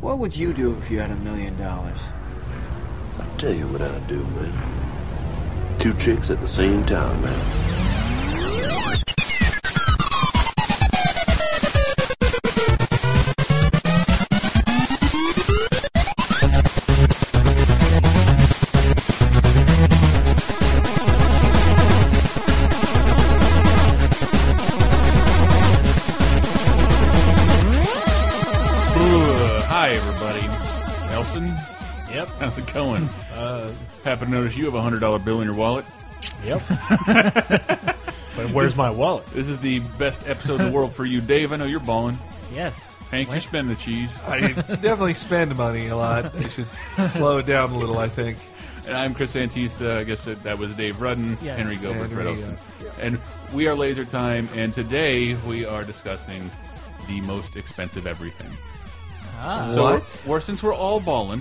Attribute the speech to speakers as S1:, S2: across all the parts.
S1: What would you do if you had a million dollars?
S2: I tell you what I'd do, man. Two chicks at the same time, man.
S3: Ooh, hi, everybody. Nelson,
S4: Yep.
S3: how's it going?
S4: Uh,
S3: Happen to notice you have a hundred dollar bill in your wallet.
S4: Yep. but where's my wallet?
S3: This is the best episode in the world for you, Dave. I know you're balling.
S4: Yes.
S3: Hank, you spend the cheese,
S5: I definitely spend money a lot. I should slow it down a little, I think.
S3: and I'm Chris Antista. I guess that, that was Dave Rudden,
S4: Yes. uh,
S3: Henry Gilbert, Red
S5: Henry,
S3: Elston, and we are Laser Time. And today we are discussing the most expensive everything.
S4: Ah.
S3: So
S5: What?
S3: we're- we're- since we're all balling,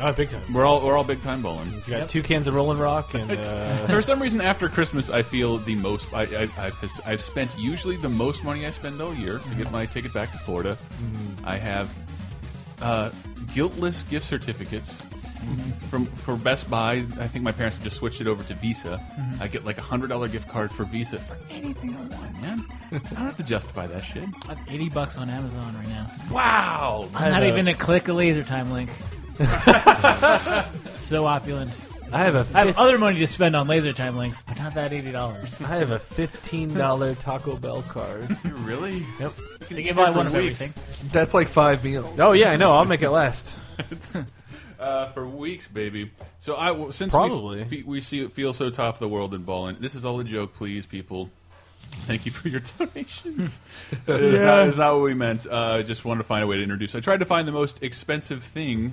S4: Not big time.
S3: we're all we're all big time balling.
S4: You got two cans of Rolling Rock and uh,
S3: For some reason, after Christmas, I feel the most. I, I, I've, I've spent usually the most money I spend all year to
S6: Mm-hmm.
S3: get my ticket back to Florida. I have uh, guiltless gift certificates
S6: Mm-hmm.
S3: from for Best Buy. I think my parents just switched it over to Visa.
S6: Mm-hmm.
S3: I get like a hundred dollar gift card for Visa for anything I want, man. I don't have to justify that shit.
S6: I'm 80 bucks on Amazon right now.
S3: Wow.
S6: I'm not
S4: know.
S6: even to click a laser time link. so opulent.
S4: I have a
S6: I have
S4: fif-
S6: other money to spend on laser time links, but not that $80.
S4: I have a fifteen dollar Taco Bell card.
S3: Really?
S4: Yep.
S6: They give away
S3: for
S6: one of
S3: weeks.
S6: everything.
S5: That's like five meals.
S4: Oh yeah, I know. I'll make it last.
S3: Uh, for weeks, baby. So I w- since
S4: Probably.
S3: we, fe- we see feel so top of the world in balling. This is all a joke, please, people. Thank you for your donations. that is not, is not what we meant. Uh, I just wanted to find a way to introduce. I tried to find the most expensive thing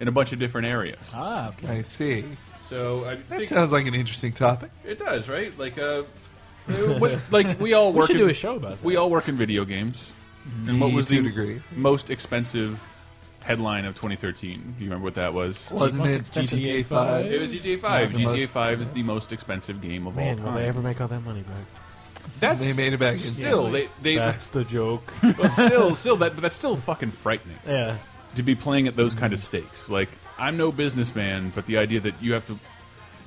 S3: in a bunch of different areas.
S6: Ah, okay.
S5: I see.
S3: So I
S5: That
S3: think
S5: sounds like an interesting topic.
S3: it does, right? Like, uh, what, like we all
S4: We
S3: work.
S4: should
S3: in,
S4: do a show about that.
S3: We all work in video games. And what was the
S5: to a degree.
S3: most expensive headline of 2013? Do you remember what that was?
S5: Wasn't
S4: most
S5: it
S4: expensive
S5: GTA
S4: GTA
S5: 5?
S4: five?
S3: It was GTA 5.
S5: Not the
S3: GTA
S5: most-
S3: 5 is the most expensive game of all
S4: Man, will
S3: time.
S4: they ever make all that money back?
S3: That's
S5: They made it back in
S3: still
S5: time.
S3: they they
S4: That's the joke.
S3: but still still that but that's still fucking frightening
S4: yeah.
S3: to be playing at those kind of stakes. Like I'm no businessman, but the idea that you have to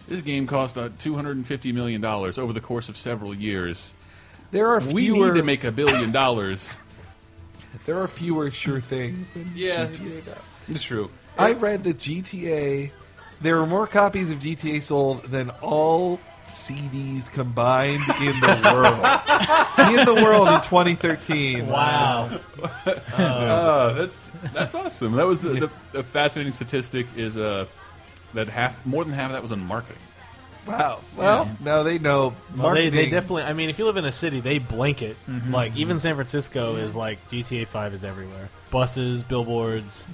S3: this game cost uh, 250 million dollars over the course of several years.
S5: There are
S3: We
S5: fewer.
S3: need to make a billion dollars.
S5: there are fewer sure things than
S3: Yeah.
S5: GTA. does.
S3: It's true.
S5: I read that GTA. There were more copies of GTA sold than all CDs combined in the world. in the world in 2013.
S6: Wow.
S3: Uh, that's that's awesome. That was the, the, the fascinating statistic is uh that half more than half of that was on marketing.
S5: Wow. Well, now they know
S4: Well, they,
S5: marketing.
S4: they definitely. I mean, if you live in a city, they blanket. Like even San Francisco is like GTA Five is everywhere. Buses, billboards,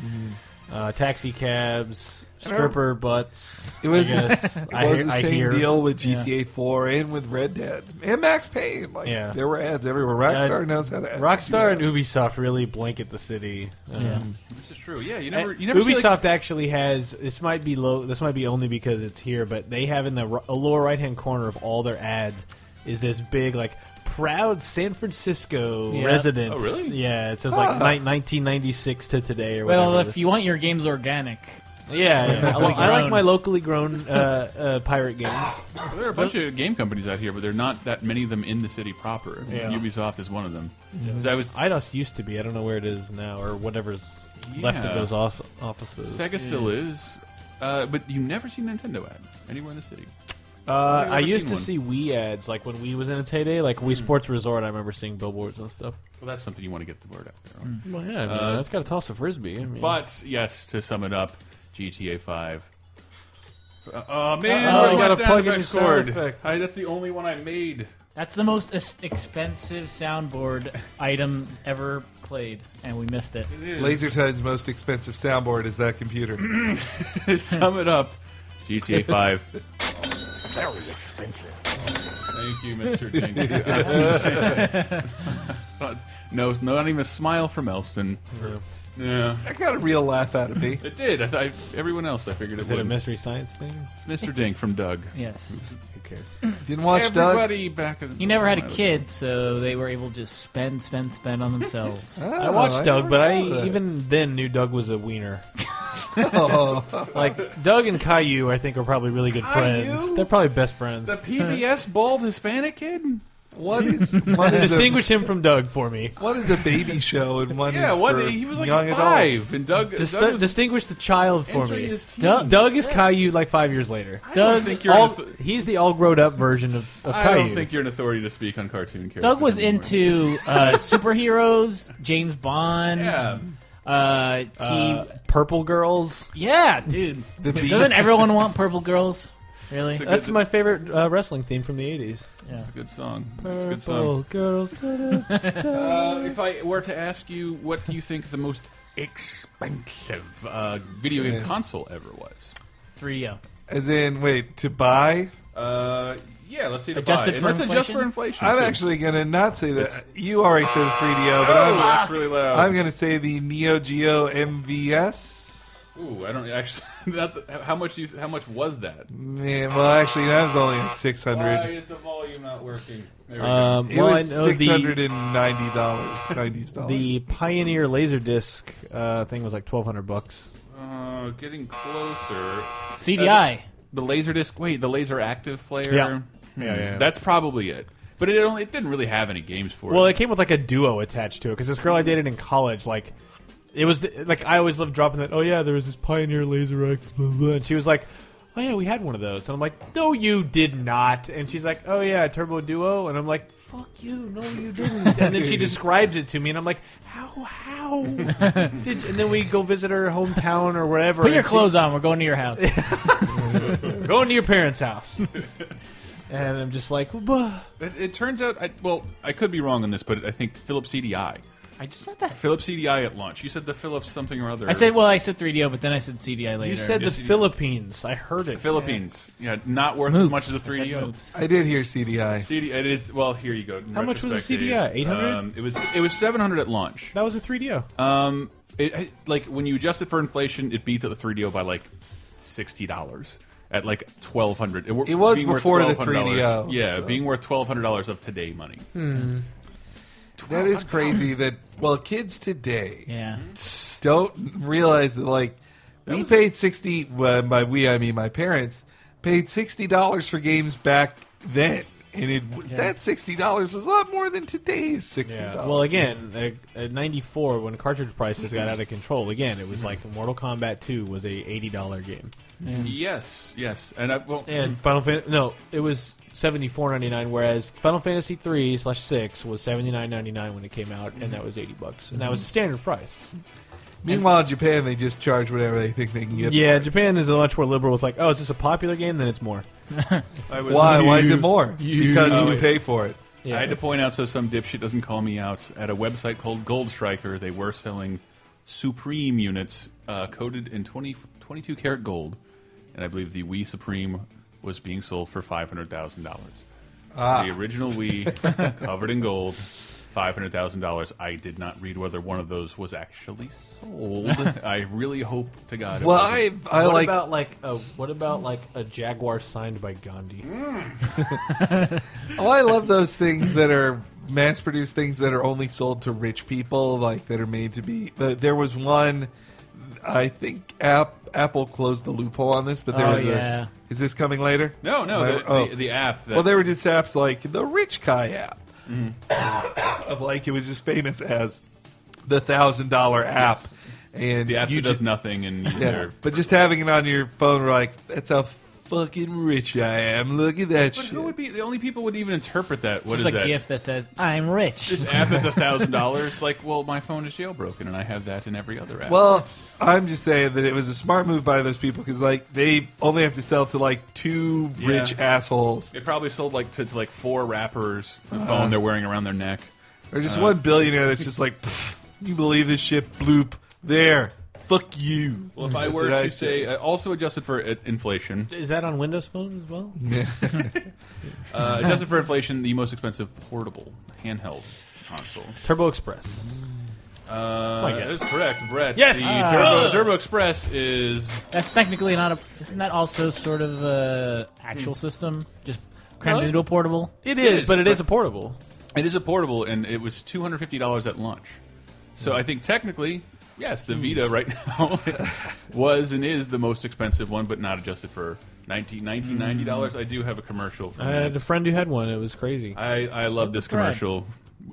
S4: uh, taxi cabs,
S5: I remember-
S4: stripper butts.
S5: It was,
S4: I guess.
S5: it
S4: I
S5: was
S4: hear-
S5: the
S4: I
S5: same
S4: hear.
S5: deal with GTA 4 and with Red Dead and Max Payne. Like
S4: Yeah.
S5: there were ads everywhere. Rockstar
S4: Uh,
S5: knows how to. add-
S4: Rockstar and
S5: do ads.
S4: Ubisoft really blanket the city. Um,
S6: Yeah.
S3: This is true. Yeah, you never
S4: and
S3: you never see,
S4: Ubisoft
S3: like,
S4: actually has this might be low. This might be only because it's here, but they have in the r- lower right hand corner of all their ads is this big like proud San Francisco
S6: Yeah.
S4: resident.
S3: Oh, really?
S4: Yeah, it says like
S5: Ah.
S4: ni- 1996 to today or whatever.
S6: Well, if you want your games organic,
S4: yeah, yeah. I, li- I like
S6: Grown.
S4: my locally grown uh, uh, pirate games.
S3: There are a bunch of game companies out here, but there are not that many of them in the city proper.
S4: Yeah.
S3: Ubisoft is one of them. 'Cause I was
S4: IDOS used to be. I don't know where it is now or whatever's left
S3: Yeah.
S4: of those off- offices.
S3: Sega still is, uh, but you never see Nintendo ad anywhere in the city.
S4: Uh,
S3: I've
S4: I
S3: never
S4: used to see
S3: seen
S4: Wii ads, like when Wii was in its heyday, like Wii Sports Resort. I remember seeing billboards and stuff.
S3: Well, that's something you want to get the word out there. on.
S4: Well, yeah, I mean,
S3: Uh,
S4: that's got to toss a frisbee. I mean,
S3: But yes, to sum it up, GTA Five. Uh, oh man,
S4: Uh-oh.
S3: where's
S4: You
S3: my
S4: gotta
S3: sound
S4: plug in
S3: effects
S4: your sound
S3: cord?
S4: effect.
S3: I, that's the only one I made.
S6: that's the most es- expensive soundboard item ever played, and we missed it.
S5: Laser Time's most expensive soundboard is that computer.
S3: To sum it up, GTA Five.
S2: Very expensive.
S3: Thank you, Mr. Jenkins. no, not even a smile from Elston.
S4: Yeah.
S3: Yeah,
S5: I got a real laugh out of me.
S3: it did. I, thought I, everyone else, I figured it
S4: Is it a
S3: would.
S4: mystery science thing?
S3: It's Mr. Dink from Doug.
S6: Yes.
S4: Who cares?
S5: Didn't watch Doug.
S3: Everybody back. In the
S6: He never had a
S3: when I was-
S6: kid, so they were able to just spend, spend, spend on themselves.
S5: Oh,
S4: I watched Doug,
S5: never
S4: but I
S5: thought of that.
S4: even then knew Doug was a wiener. like Doug and Caillou, I think are probably really good friends.
S3: Caillou?
S4: They're probably best friends.
S3: The PBS bald Hispanic kid.
S5: what is what is, a,
S4: Distinguish him from Doug for me.
S5: what is a baby show and one
S3: Yeah,
S5: is
S3: what
S5: for
S3: he was like
S5: young
S3: five,
S5: adults?
S3: and Doug.
S4: Dist-
S3: Doug was
S4: distinguish the child for
S3: entering
S4: me.
S3: his teens.
S4: Doug, Doug is Caillou like five years later.
S3: I don't think you're.
S4: All-
S3: an auth-
S4: he's the all grown up version of, of
S3: I
S4: Caillou.
S3: don't think you're an authority to speak on cartoon characters.
S6: Doug was
S3: anymore.
S6: into uh, superheroes, James Bond.
S3: Yeah.
S6: Uh, he,
S4: Uh, purple girls.
S6: yeah, dude.
S5: The
S6: Doesn't
S5: Beats.
S6: everyone want purple girls? Really?
S3: It's a good-
S4: That's my favorite uh, wrestling theme from the eighties.
S6: yeah.
S3: Good song. It's a good song.
S4: Purple girls.
S3: Uh, if I were to ask you what do you think the most expensive uh, video game
S5: Yeah.
S3: console ever was?
S6: 3-0.
S5: As in, wait to buy.
S3: Uh, yeah, let's see. the
S6: Adjusted
S3: buy.
S6: for
S3: let's adjust
S6: inflation?
S3: for inflation.
S5: I'm
S3: too.
S5: actually gonna not say that. You already said 3DO, but I
S3: Oh,
S5: was,
S3: that's really loud.
S4: ah.
S5: I'm gonna say the Neo Geo MVS.
S3: Ooh, I don't actually. Not the, how much? You, how much was that?
S5: Man, well, actually, that was only a 600.
S3: is the volume not working? There we
S4: um,
S5: It
S4: well, I
S5: was
S4: know
S5: six
S4: the
S5: hundred and ninety dollars, ninety dollars.
S4: The Pioneer Laserdisc uh, thing was like twelve hundred bucks.
S3: go. Uh, getting closer.
S6: CDI.
S3: The Laserdisc. Wait, the Laser Active player.
S4: Yeah. Yeah, yeah, yeah.
S3: That's probably it. But it only, it didn't really have any games for
S4: Well,
S3: it.
S4: it came with like a duo attached to it because this girl I dated in college, like, it was the, like I always loved dropping that. Oh yeah, there was this Pioneer Laser X. Blah, blah," and she was like, Oh yeah, we had one of those. And I'm like, No, you did not. And she's like, Oh yeah, Turbo Duo. And I'm like, Fuck you, no, you didn't. and then she describes it to me, and I'm like, How? How? did, and then we go visit her hometown or wherever.
S6: Put your
S4: and she-
S6: clothes on. We're going to your house.
S4: Going to your parents' house. and I'm just like, "Bah."
S3: It, it turns out. I, well, I could be wrong on this, but I think Philips CDI.
S6: I just said that.
S3: Philips CDI at launch. You said the Philips something or other.
S6: I said, well, I said 3DO, but then I said CDI later.
S4: You said the
S3: Yes, you did.
S4: Philippines. I heard it.
S3: Philippines. Yeah, not worth
S6: Moops.
S3: as much as E a
S6: I said
S3: 3DO.
S6: moops.
S5: I did hear CDI.
S3: CD, it is well. Here you go. in
S4: How much was the
S3: retrospect,
S4: CDI?
S3: Dave.
S4: 800?
S3: Um, it was it was seven hundred at launch.
S4: That was a 3DO.
S3: Um, it, it- like when you adjust it for inflation, it beat the 3DO by like sixty dollars at like twelve hundred. It, wor-
S5: It was
S3: being worth
S5: before
S3: $1,200.
S5: the 3DO,
S3: Yeah,
S5: so.
S3: being worth twelve hundred dollars of today money.
S5: That is crazy. That well, kids today
S6: Yeah.
S5: don't realize that like we paid sixty. Well, by we I mean my parents paid sixty dollars for games back then, and it, that sixty dollars was a lot more than today's sixty
S4: Yeah.
S5: dollars.
S4: Well, again, uh, at 94, when cartridge prices got out of control, again, it was like Mortal Kombat 2 was a $80 game.
S3: Yes, yes, and I well,
S4: And Final Fantasy, no, it was 74.99, whereas Final Fantasy 3 slash 6 was 79.99 when it came out, and that was 80 bucks, and that was the standard price.
S5: Meanwhile, in Japan they just charge whatever they think they can get.
S4: Yeah, Japan is much more liberal with like, oh, is this a popular game? Then it's more.
S3: I was,
S5: Why? Why is
S3: You-
S5: it more?
S3: you-
S5: because
S3: Oh,
S5: you
S3: yeah.
S5: pay for it.
S4: Yeah.
S3: I had to point out so some dipshit doesn't call me out at a website called Gold Striker. They were selling Supreme units uh, coated in 20, 22 karat gold, and I believe the Wii Supreme was being sold for five hundred thousand dollars.
S5: Ah.
S3: The original Wii, covered in gold, five hundred thousand dollars. I did not read whether one of those was actually sold. I really hope to God. it
S5: Well, I,
S3: wasn't.
S5: I
S4: what
S5: like
S4: about like a what about like a jaguar signed by Gandhi?
S5: Oh, I love those things that are mass-produced things that are only sold to rich people, like that are made to be. uh, There was one, I think App, Apple closed the loophole on this, but there
S6: Oh,
S5: was
S6: yeah.
S5: a. Is this coming later?
S3: no, no,
S5: Am I-
S3: the,
S5: oh.
S3: the, the app. That,
S5: well, there were just apps like the Rich Guy app,
S3: Mm-hmm.
S5: of like it was just famous as the thousand dollar app, and
S3: the app
S5: you
S3: that does
S5: just
S3: nothing, and you
S5: yeah,
S3: deserve-
S5: but just having it on your phone, we're like, that's how fucking rich I am. Look at that
S3: But
S5: shit.
S3: who would be the only people would even interpret that? What is
S6: It's just a
S3: that?
S6: gift that says, I'm rich.
S3: this app that's a thousand dollars. Like, well, my phone is jailbroken, and I have that in every other app.
S5: Well, I'm just saying that it was a smart move by those people because like they only have to sell to like two
S3: Yeah.
S5: rich assholes
S3: it probably sold like to, to like four rappers the phone they're wearing around their neck.
S5: or just one billionaire that's just like, "Pfft, you believe this shit? Bloop. There. Fuck you.
S3: Well, if I
S5: That's
S3: were
S5: what
S3: to say, uh, also adjusted for uh, inflation,
S4: Is that on Windows Phone as well?
S3: uh, adjusted for inflation, the most expensive portable handheld console.
S4: Turbo Express.
S7: Uh,
S4: my guess.
S7: that is correct, Brett.
S4: Yes!
S7: the
S4: Ah.
S7: Turbo, Turbo Express is
S6: That's technically not a. Isn't that also sort of a actual
S3: Hmm.
S6: system? Just crammed
S7: Really?
S6: into a portable.
S4: It
S7: is,
S4: is, but it
S7: but-
S4: is a portable.
S7: it is a portable, and it was two hundred fifty dollars at launch.
S4: Hmm.
S7: So I think technically, yes, the Vita right now was and is the most expensive one, but not adjusted for 19 $1990. I do have a commercial. From
S4: Hmm. I had a
S7: that.
S4: friend who had one. It was crazy.
S7: I, I love this
S6: Brad.
S7: commercial.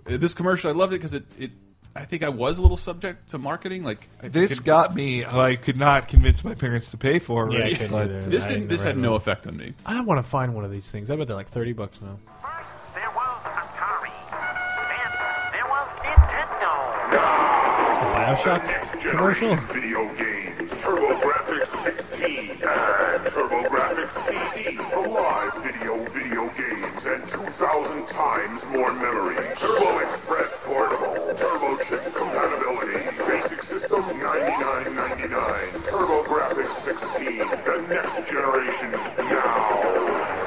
S7: This commercial, I loved it because it, it. I think I was a little subject to marketing. Like I
S5: This
S7: could-
S5: got me. I could not convince my parents to pay for
S4: Yeah, I
S5: it.
S4: couldn't
S5: but-
S4: either.
S7: This
S4: I
S7: didn't.
S4: never
S7: This had
S4: had
S7: no
S4: one.
S7: effect on me.
S4: I want to find one of these things. I bet they're like thirty bucks now.
S8: First, there was Atari. Then, there was Nintendo.
S4: Bioshock commercial.
S9: Video games, TurboGrafx 16, and TurboGrafx CD for live video video games and 2,000 times more memory. Turbo Express Portable, TurboChip compatibility, basic system 99.99, TurboGrafx 16, the next generation now.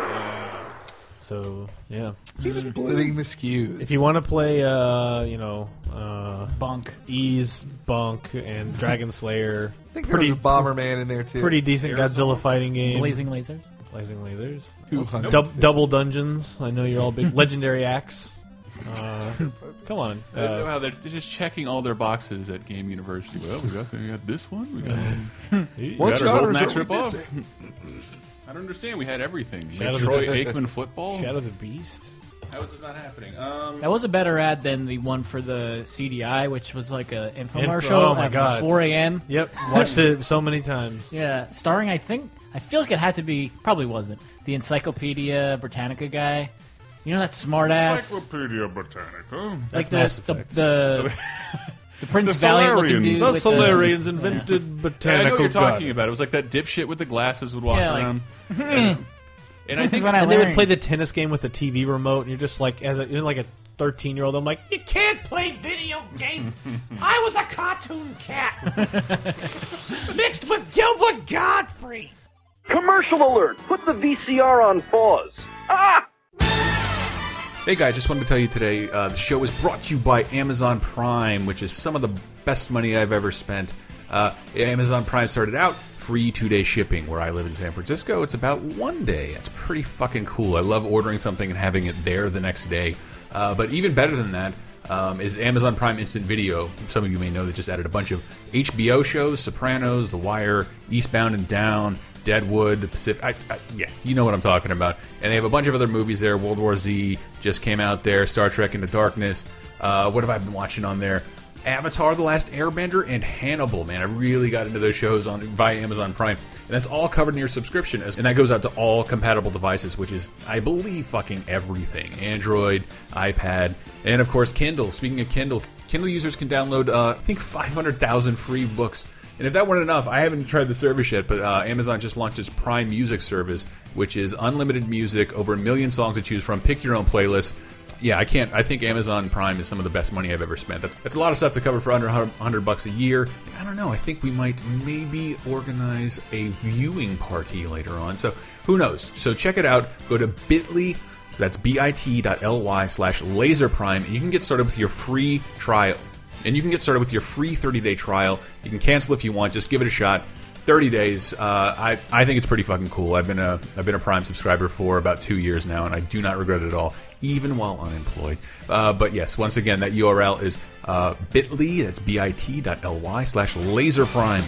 S4: So yeah,
S5: Splitting the skews.
S4: if you want to play, uh, you know, uh,
S6: Bunk.
S4: Ease Bunk and Dragon Slayer,
S5: I think
S4: pretty
S5: there was a Bomberman in there too.
S4: pretty decent Godzilla fighting game.
S6: Blazing lasers.
S4: Blazing lasers.
S5: Two hundred.
S4: Dub- double dungeons. I know you're all big. Legendary axe. Uh, come on.
S7: Uh,
S4: Uh,
S7: wow, they're, they're just checking all their boxes at Game University. Well, we got, we got this one. We got,
S5: What
S7: we got our
S5: genres
S7: Golden Axe
S5: are we
S7: ripoff.
S5: missing?
S7: I don't understand. We had everything.
S4: Shadow of the-
S7: Troy Aikman football.
S4: Shadow the Beast.
S7: How is this not happening? Um,
S6: That was a better ad than the one for the CDI, which was like a infomercial
S4: oh my
S6: at
S4: god.
S6: 4 a.m.
S4: Yep. Watched it so many times.
S6: Yeah, starring I think I feel like it had to be probably wasn't the Encyclopedia Britannica guy. You know that smart ass
S9: Encyclopedia Britannica.
S6: like
S4: Mass
S6: the the,
S4: Effect.
S6: the the Prince Valiant looking dude.
S9: Solarians. The
S6: with
S4: invented
S7: I
S4: botanical
S7: know what you're talking about. It was like that dipshit with the glasses would walk
S6: Yeah, like-
S7: around. and, and I
S6: This is
S7: think
S6: when I
S4: And they would
S6: learned.
S4: play the tennis game with the TV remote, and you're just like, as a, you're like a 13 year old, I'm like, you can't play video games. I was a cartoon cat mixed with Gilbert Godfrey.
S10: Commercial alert! Put the VCR on pause. Ah!
S3: Hey guys, just wanted to tell you today uh, the show is brought to you by Amazon Prime, which is some of the best money I've ever spent. Uh, Amazon Prime started out free two day shipping. Where I live in San Francisco, it's about one day. It's pretty fucking cool. I love ordering something and having it there the next day. Uh, but even better than that, um, is Amazon Prime Instant Video. Some of you may know that just added a bunch of HBO shows: Sopranos, The Wire, Eastbound and Down, Deadwood, The Pacific. I, I, yeah, you know what I'm talking about. And they have a bunch of other movies there. World War Z just came out there. Star Trek Into Darkness. Uh, what have I been watching on there? Avatar: The Last Airbender and Hannibal. Man, I really got into those shows on via Amazon Prime, and that's all covered in your subscription, as- and that goes out to all compatible devices, which is, I believe, fucking everything: Android, iPad, and of course Kindle. Speaking of Kindle, Kindle users can download, uh, I think, 500,000 free books. And if that weren't enough, I haven't tried the service yet, but uh, Amazon just launched its Prime Music service, which is unlimited music, over a million songs to choose from, pick your own playlist yeah, I can't. I think Amazon Prime is some of the best money I've ever spent. That's that's a lot of stuff to cover for under 100 bucks a year. I don't know. I think we might maybe organize a viewing party later on. So who knows? So check it out. Go to Bitly. That's bit.ly slash laser prime. And you can get started with your free trial. And you can get started with your free 30 day trial. You can cancel if you want. Just give it a shot. 30 days. Uh, I I think it's pretty fucking cool. I've been a I've been a Prime subscriber for about two years now, and I do not regret it at all, even while unemployed. Uh, but yes, once again, that URL is uh, bit.ly. That's bit.ly slash laser prime.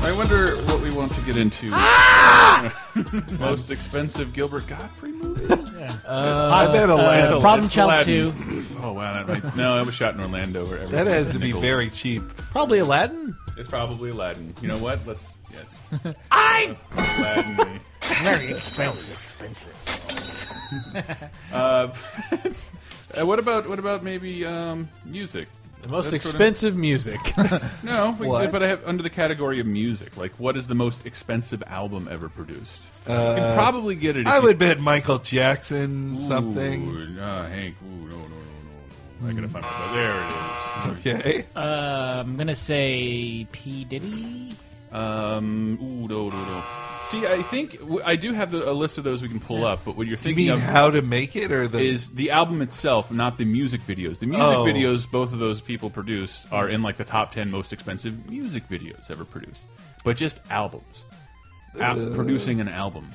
S7: I wonder what we want to get into. Most expensive Gilbert Godfrey movie?
S5: I bet a
S6: Uh,
S5: Aladdin.
S6: Problem
S7: it's
S6: Child
S7: Aladdin.
S6: Two.
S7: Oh wow! That might, no, it was shot in Orlando. Where everything
S5: that has
S7: was
S5: to be
S7: nickel.
S5: very cheap.
S4: Probably Aladdin.
S7: It's probably Aladdin. You know what? Let's yes. I Aladdin.
S6: Very expensive.
S7: Uh, uh, what about what about maybe um, music?
S4: The most
S7: That's sort of-
S4: expensive music.
S7: No, we-
S5: What?
S7: but I have under the category of music. Like, what is the most expensive album ever produced? you can probably get it. If
S5: Uh, I
S7: you-
S5: would bet Michael Jackson something.
S7: Ooh, uh, Hank. Ooh, no, no, no, no, no. I gotta find my. There it is.
S5: Okay.
S6: Uh, I'm gonna say P Diddy.
S7: Um. Ooh, no, no, no.
S3: See, I think w- I do have the, a list of those we can pull up, but what you're
S5: Do you
S3: thinking
S5: mean
S3: of
S5: how to make it or the
S3: is the album itself, not the music videos. The music
S5: Oh.
S3: videos both of those people produced are in like the top ten most expensive music videos ever produced, but just albums, Al- producing an album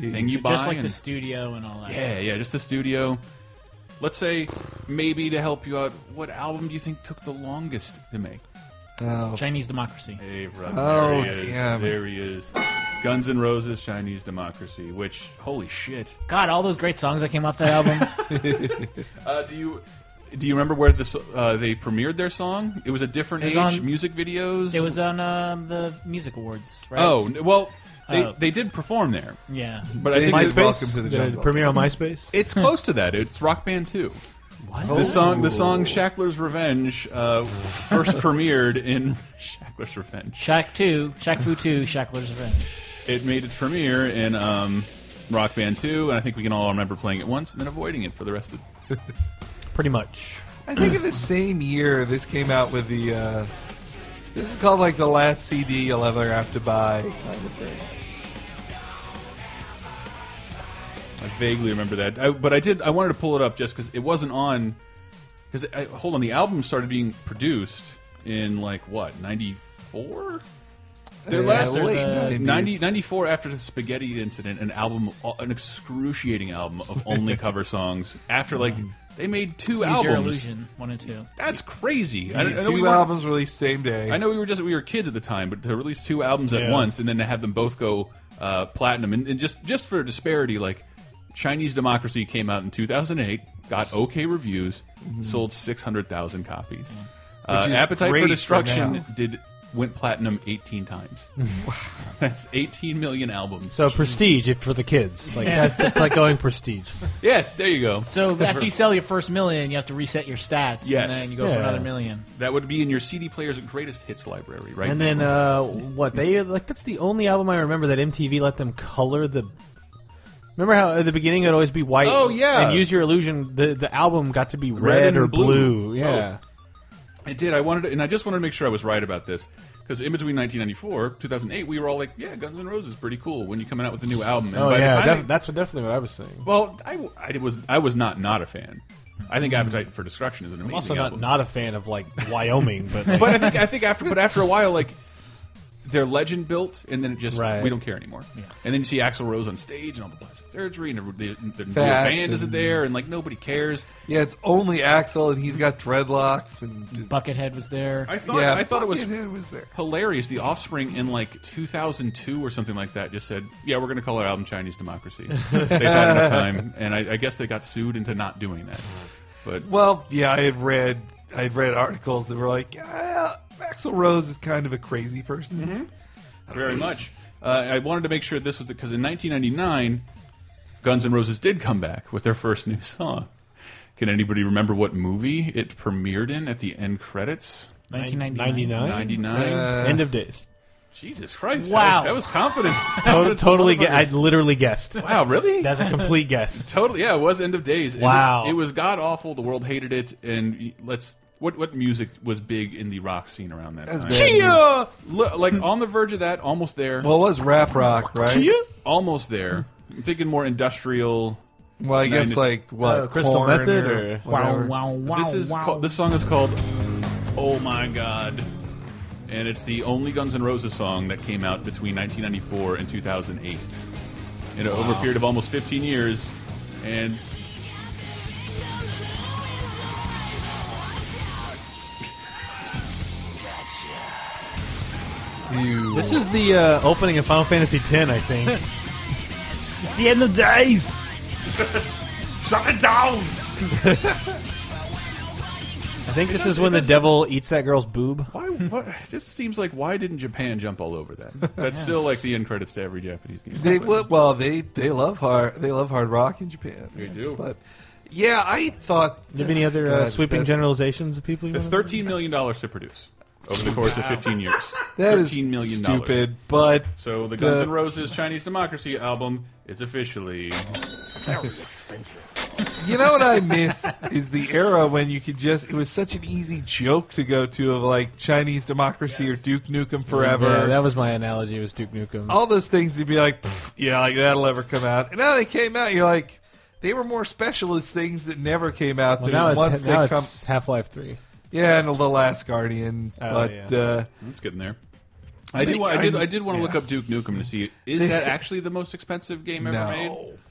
S3: thing you buy
S6: just like the
S3: and-
S6: studio and all that.
S3: yeah, yeah, just the studio. Let's say maybe to help you out, what album do you think took the longest to make?
S5: Oh,
S6: Chinese democracy.
S3: Hey, Rob,
S5: Oh,
S3: there he is.
S5: damn.
S3: There he is. Guns N' Roses, Chinese Democracy, which, holy shit.
S6: God, all those great songs that came off that album.
S3: Uh, do you do you remember where this uh, they premiered their song? It was a different
S6: It was
S3: age
S6: on-
S3: music videos.
S6: it was on um, the music awards, right?
S3: Oh, n- well, they,
S6: Oh.
S3: they did perform there.
S6: yeah.
S3: But I think
S5: My-
S3: it's,
S5: is Welcome to the Jungle.
S4: premiere on MySpace.
S3: it's close to that. It's Rock Band 2.
S6: Hmm. What? Oh.
S3: The song, the song "Shackler's Revenge" uh, first premiered in "Shackler's Revenge."
S6: Shaq Two, Shaq Fu Two, Shackler's Revenge.
S3: It made its premiere in um, Rock Band 2, and I think we can all remember playing it once and then avoiding it for the rest of.
S4: Pretty much.
S5: I think in the same year this came out with the. Uh, this is called like the last CD you'll ever have to buy kind of thing.
S3: I vaguely remember that, I, but I did. I wanted to pull it up just because it wasn't on. Because hold on, the album started being produced in like what ninety four. Their
S5: Yeah,
S3: last
S5: late
S3: their-
S5: 90s.
S3: 90, 94 after the spaghetti incident, an album, an excruciating album of only cover songs. After like
S5: Mm.
S3: they made two
S6: Use
S3: albums.
S6: Your Illusion One and Two.
S3: That's crazy. I, I know
S5: Two
S3: we were,
S5: albums released same day.
S3: I know we were just we were kids at the time, but to release two albums at
S4: Yeah.
S3: once and then to have them both go uh, platinum and, and just just for disparity, like Chinese Democracy came out in 2008, got okay reviews, sold 600,000 copies. Uh,
S5: Which is
S3: Appetite
S5: great
S3: for
S5: for
S3: Destruction
S5: now.
S3: did went platinum 18 times. That's 18 million albums.
S4: So prestige if for the kids. Like that's, that's like going prestige.
S3: yes, there you go.
S6: So after you sell your first million, you have to reset your stats,
S3: Yes.
S6: and then you go
S4: Yeah.
S6: for another million.
S3: That would be in your CD player's greatest hits library, right?
S4: And
S3: now.
S4: then uh, what they like? That's the only album I remember that MTV let them color the. Remember how at the beginning it'd always be white?
S3: Oh, yeah.
S4: And Use Your Illusion, the the album got to be red,
S3: Red and
S4: or
S3: blue. Oh,
S4: blue. Yeah.
S3: I did. I wanted, to, and I just wanted to make sure I was right about this because in between 1994, 2008, we were all like, "Yeah, Guns N' Roses is pretty cool." When you coming out with a new album, and
S4: Oh,
S3: by
S4: yeah.
S3: the time
S4: def- that's what definitely what I was saying.
S3: well, I, I was I was not not a fan. I think Appetite for Destruction is an amazing
S4: I'm also not,
S3: album.
S4: not a fan of like Wyoming, but like,
S3: but I think I think after but after a while, like their legend built, and then it just
S4: Right.
S3: we don't care anymore. And then you see Axl Rose on stage and all the plastic surgery, and the, the, the real
S5: Fat
S3: band isn't
S5: and-
S3: there, and like nobody cares.
S5: yeah, it's only Axel and he's got dreadlocks and
S6: Buckethead was there.
S3: I thought
S5: yeah.
S3: I thought it was
S5: Buckethead was there.
S3: hilarious. The Offspring in like 2002 or something like that just said, "Yeah, we're going to call our album Chinese Democracy." They've had enough time, and I, I guess they got sued into not doing that. But
S5: Well, yeah, I had read I had read articles that were like, ah, Axel Rose is kind of a crazy person.
S3: Mm-hmm. very much, uh, I wanted to make sure this was because in 1999, Guns N' Roses did come back with their first new song. Can anybody remember what movie it premiered in at the end credits?
S6: 1999.
S3: 99.
S5: Uh,
S4: End of days.
S3: Jesus Christ!
S6: Wow.
S3: that was, that was confidence.
S4: Tot- totally, gue- I literally guessed.
S3: Wow, really?
S4: That's a complete guess.
S3: Totally, yeah, it was end of days. And
S4: Wow.
S3: it, it was god awful. The world hated it, and let's what what music was big in the rock scene around that
S5: That's
S3: time?
S5: bad.
S3: Chia, Look, like on the verge of that, almost there,
S5: Well, it was rap rock, right?
S3: almost there. I'm thinking more industrial.
S5: Well, I
S3: Nineties.
S5: guess like what
S4: Uh, Crystal
S5: Korn
S4: Method
S5: or,
S4: or-
S6: Wow,
S5: whatever.
S6: wow, wow,
S3: this is
S6: wow.
S3: called, this song is called "Oh My God," and it's the only Guns N' Roses song that came out between 1994 and 2008. And over a period of almost 15 years, and
S5: You-
S4: This is the uh, opening of Final Fantasy X, I think.
S6: It's the end of days.
S3: shut it down.
S4: I think this is when the devil eats that girl's boob.
S3: Why? What? It just seems like why didn't Japan jump all over that? That's still like the end credits to every Japanese game.
S5: They
S3: But-
S5: well, well, they they love hard they love hard rock in Japan.
S3: They do.
S5: but yeah, I thought.
S4: Do you have any other uh,
S5: God,
S4: sweeping
S5: that's-
S4: generalizations of people you
S3: The
S4: wanna-
S3: thirteen million dollars to produce. over the course of 15 years.
S5: That is
S3: $13 million
S5: stupid, but
S3: So the
S5: the-
S3: Guns N' Roses Chinese Democracy album is officially.
S2: Very expensive.
S5: you know what I miss is the era when you could just it was such an easy joke to go to of like Chinese democracy or Duke Nukem forever.
S4: Yeah, that was my analogy. Was Duke Nukem?
S5: all those things you'd be like, "Pfft, yeah, like that'll ever come out. And now they came out, you're like, they were more specialist things that never came out.
S4: well,
S5: There
S4: now
S5: was
S4: it's,
S5: once
S4: now
S5: they
S4: it's
S5: come,
S4: Half Life Three.
S5: yeah, and the Last Guardian,
S4: Oh,
S5: but
S4: yeah.
S5: uh,
S3: It's getting there. I do. I did. I did want to look up Duke Nukem to see is that actually the most expensive game ever
S5: No.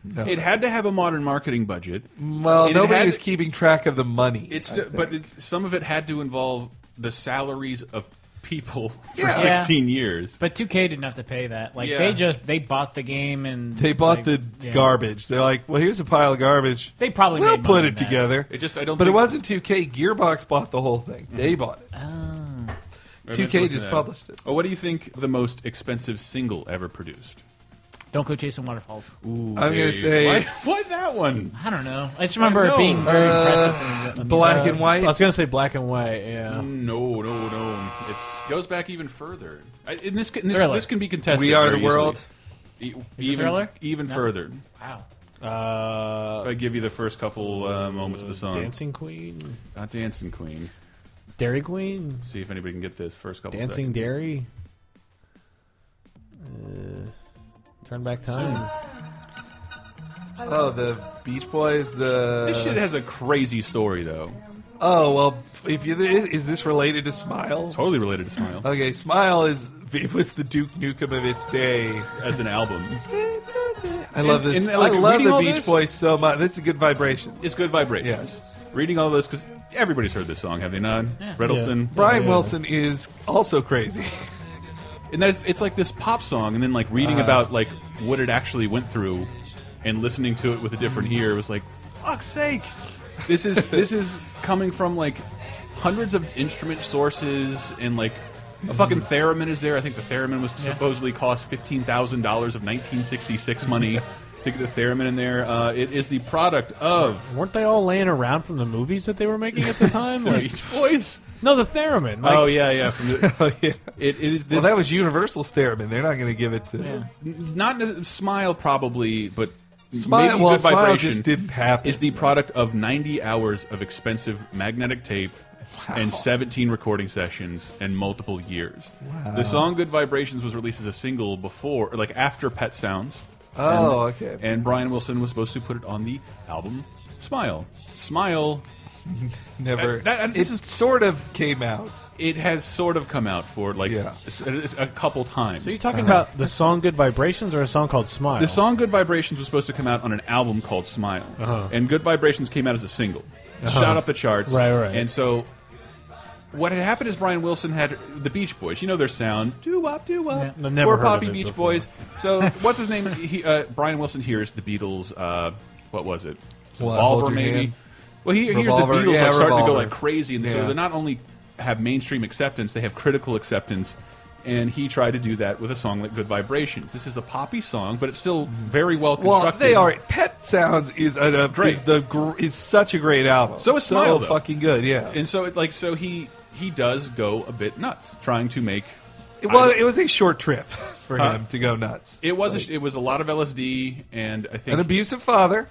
S3: made.
S5: No.
S3: It had to have a modern marketing budget.
S5: well,
S3: It
S5: nobody
S3: had-
S5: was keeping track of the money.
S3: It's but it, some of it had to involve the salaries of people for
S5: Yeah.
S3: 16 years.
S6: But 2K didn't have to pay that. Like
S3: Yeah.
S6: they just they bought the game and
S5: they bought
S6: like,
S5: the
S6: yeah.
S5: garbage. They're like, well, here's a pile of garbage.
S6: They probably
S5: we'll
S6: made
S5: put it
S6: money on that.
S5: together.
S3: It just- I don't
S5: But
S3: think- Mm-hmm.
S5: it wasn't 2K. Gearbox bought the whole thing. They bought it.
S3: Ah. I meant
S5: 2K
S3: looking
S5: just
S3: at
S5: published it.
S3: Oh, what do you think the most expensive single ever produced?
S6: Don't go chasing waterfalls.
S3: Ooh,
S5: I'm gonna
S3: Dave.
S5: say-
S3: why, why that one?
S6: I don't know. I just remember
S3: know.
S6: it being very
S5: Uh,
S6: impressive. in the-
S5: Black and
S4: Uh, I
S5: white.
S4: was gonna say black and white. Yeah.
S3: No, no, no. It goes back even further. I, in this, in this,
S6: Thriller.
S3: this can be contested.
S5: We Are the
S3: very easily.
S5: World.
S3: E-
S6: it
S3: even
S6: Thriller?
S3: even
S6: No.
S3: further.
S6: Wow.
S4: Uh,
S3: If I give you the first couple uh, moments of the song,
S4: Dancing Queen,
S3: Not Dancing Queen.
S4: Dairy Queen,
S3: See if anybody can get this first couple.
S4: Dancing
S3: seconds.
S4: Dairy. Uh, turn back time.
S5: Oh, the Beach Boys. Uh,
S3: This shit has a crazy story though.
S5: Oh well, if you is, is this related to Smile?
S3: Totally related to Smile
S5: Okay, Smile is it was the Duke Nukem of its day.
S3: as an album.
S5: I love
S3: And-
S5: this.
S3: and, like,
S5: I love
S3: reading
S5: the
S3: all
S5: Beach
S3: this-
S5: Boys so much. That's a good vibration.
S3: It's good vibrations.
S5: Yes.
S3: Reading all this because everybody's heard this song, have they not?
S6: Yeah.
S3: Reddleston.
S5: Brian
S4: Yeah.
S5: Wilson is also crazy.
S3: and that's it's like this pop song and then like
S6: Uh-huh.
S3: reading about like what it actually went through and listening to it with a different ear was like fuck's sake this is this is coming from like hundreds of instrument sources and like a fucking
S6: Mm-hmm.
S3: theremin is there i think the theremin was supposedly cost $15000 of 1966 money to get the theremin in there uh, it is the product of
S4: Weren't they all laying around from the movies that they were making at the time? Like-
S3: Beach Boys
S4: no, the theremin. Like,
S3: oh yeah yeah, from the,
S5: Oh,
S3: It, it, this,
S5: well, that was Universal's theremin. They're not going to give it to
S3: not nec- smile probably, but
S5: Smile.
S3: Maybe
S5: well,
S3: good
S5: Smile
S3: vibration
S5: just didn't happen.
S3: is the product of 90 hours of expensive magnetic tape and 17 recording sessions and multiple years. The song "Good Vibrations" was released as a single before, or like after Pet Sounds,
S5: oh, okay.
S3: and Brian Wilson was supposed to put it on the album Smile. Smile.
S5: Never.
S3: that- that-
S5: it
S3: this is-
S5: sort of came out.
S3: It has sort of come out for like
S5: Yeah.
S3: s- s- a couple times.
S4: So you talking about the song "Good Vibrations" or a Uh, song called "Smile"?
S3: The song "Good Vibrations" was supposed to come out on an album called Smile,
S4: Uh-huh.
S3: and "Good Vibrations" came out as a single, shot up the charts.
S4: Right, right.
S3: And so, what had happened is Brian Wilson had the Beach Boys. You know their sound, doo wop, doo wop,
S4: Yeah, I've never
S3: or
S4: heard of
S3: poppy
S4: it
S3: Beach
S4: before.
S3: Boys. So what's his name? He, uh, Brian Wilson hears the Beatles. Uh, what was it?
S5: What,
S3: Revolver,
S5: Hold Your
S3: maybe.
S5: Hand?
S3: Well, he hears the
S5: Revolver,
S3: Beatles
S5: yeah,
S3: like, starting to go
S5: Revolver.
S3: like crazy, and so
S5: Yeah.
S3: they're not only have mainstream acceptance, they have critical acceptance. And he tried to do that with a song like "Good Vibrations." This is a poppy song, but it's still very well constructed.
S5: Well, they are. Pet Sounds is an, uh,
S3: Great.
S5: Is the gr- is such a great album.
S3: So is Smile, though.
S5: fucking good. Yeah.
S3: and so it like so he he does go a bit nuts trying to make.
S5: well,
S3: I-
S5: it was a short trip for
S3: Huh?
S5: him to go nuts.
S3: It was a, it was a lot of LSD and I think
S5: An abusive father.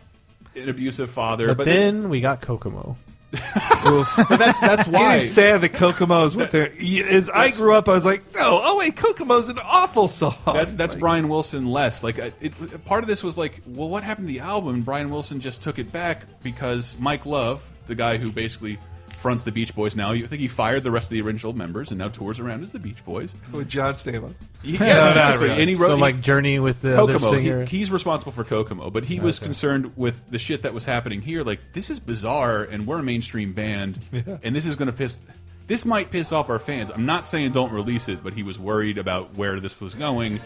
S3: an abusive father,
S4: but,
S3: but, then,
S4: then we got Kokomo.
S5: but that's
S3: that's why
S5: It is sad that Kokomo's with their. As I grew up, I was like, no, oh wait, Kokomo's an awful song.
S3: that's that's
S5: Like,
S3: Brian Wilson less. Like I- it, part of this was like, well, what happened to the album? And Brian Wilson just took it back because Mike Love, the guy who basically fronts the Beach Boys now, you think he fired the rest of the original members and now tours around as the Beach Boys.
S5: with John Stamos.
S3: Yeah,
S4: not
S3: seriously.
S5: really.
S3: And he wrote
S4: so
S3: he-
S4: like Journey with the other
S3: Kokomo.
S4: singer.
S3: He, he's responsible for Kokomo, but he was concerned with the shit that was happening here. Like this is bizarre, and we're a mainstream band, and this is going to piss. This might piss off our fans. I'm not saying don't release it, but he was worried about where this was going.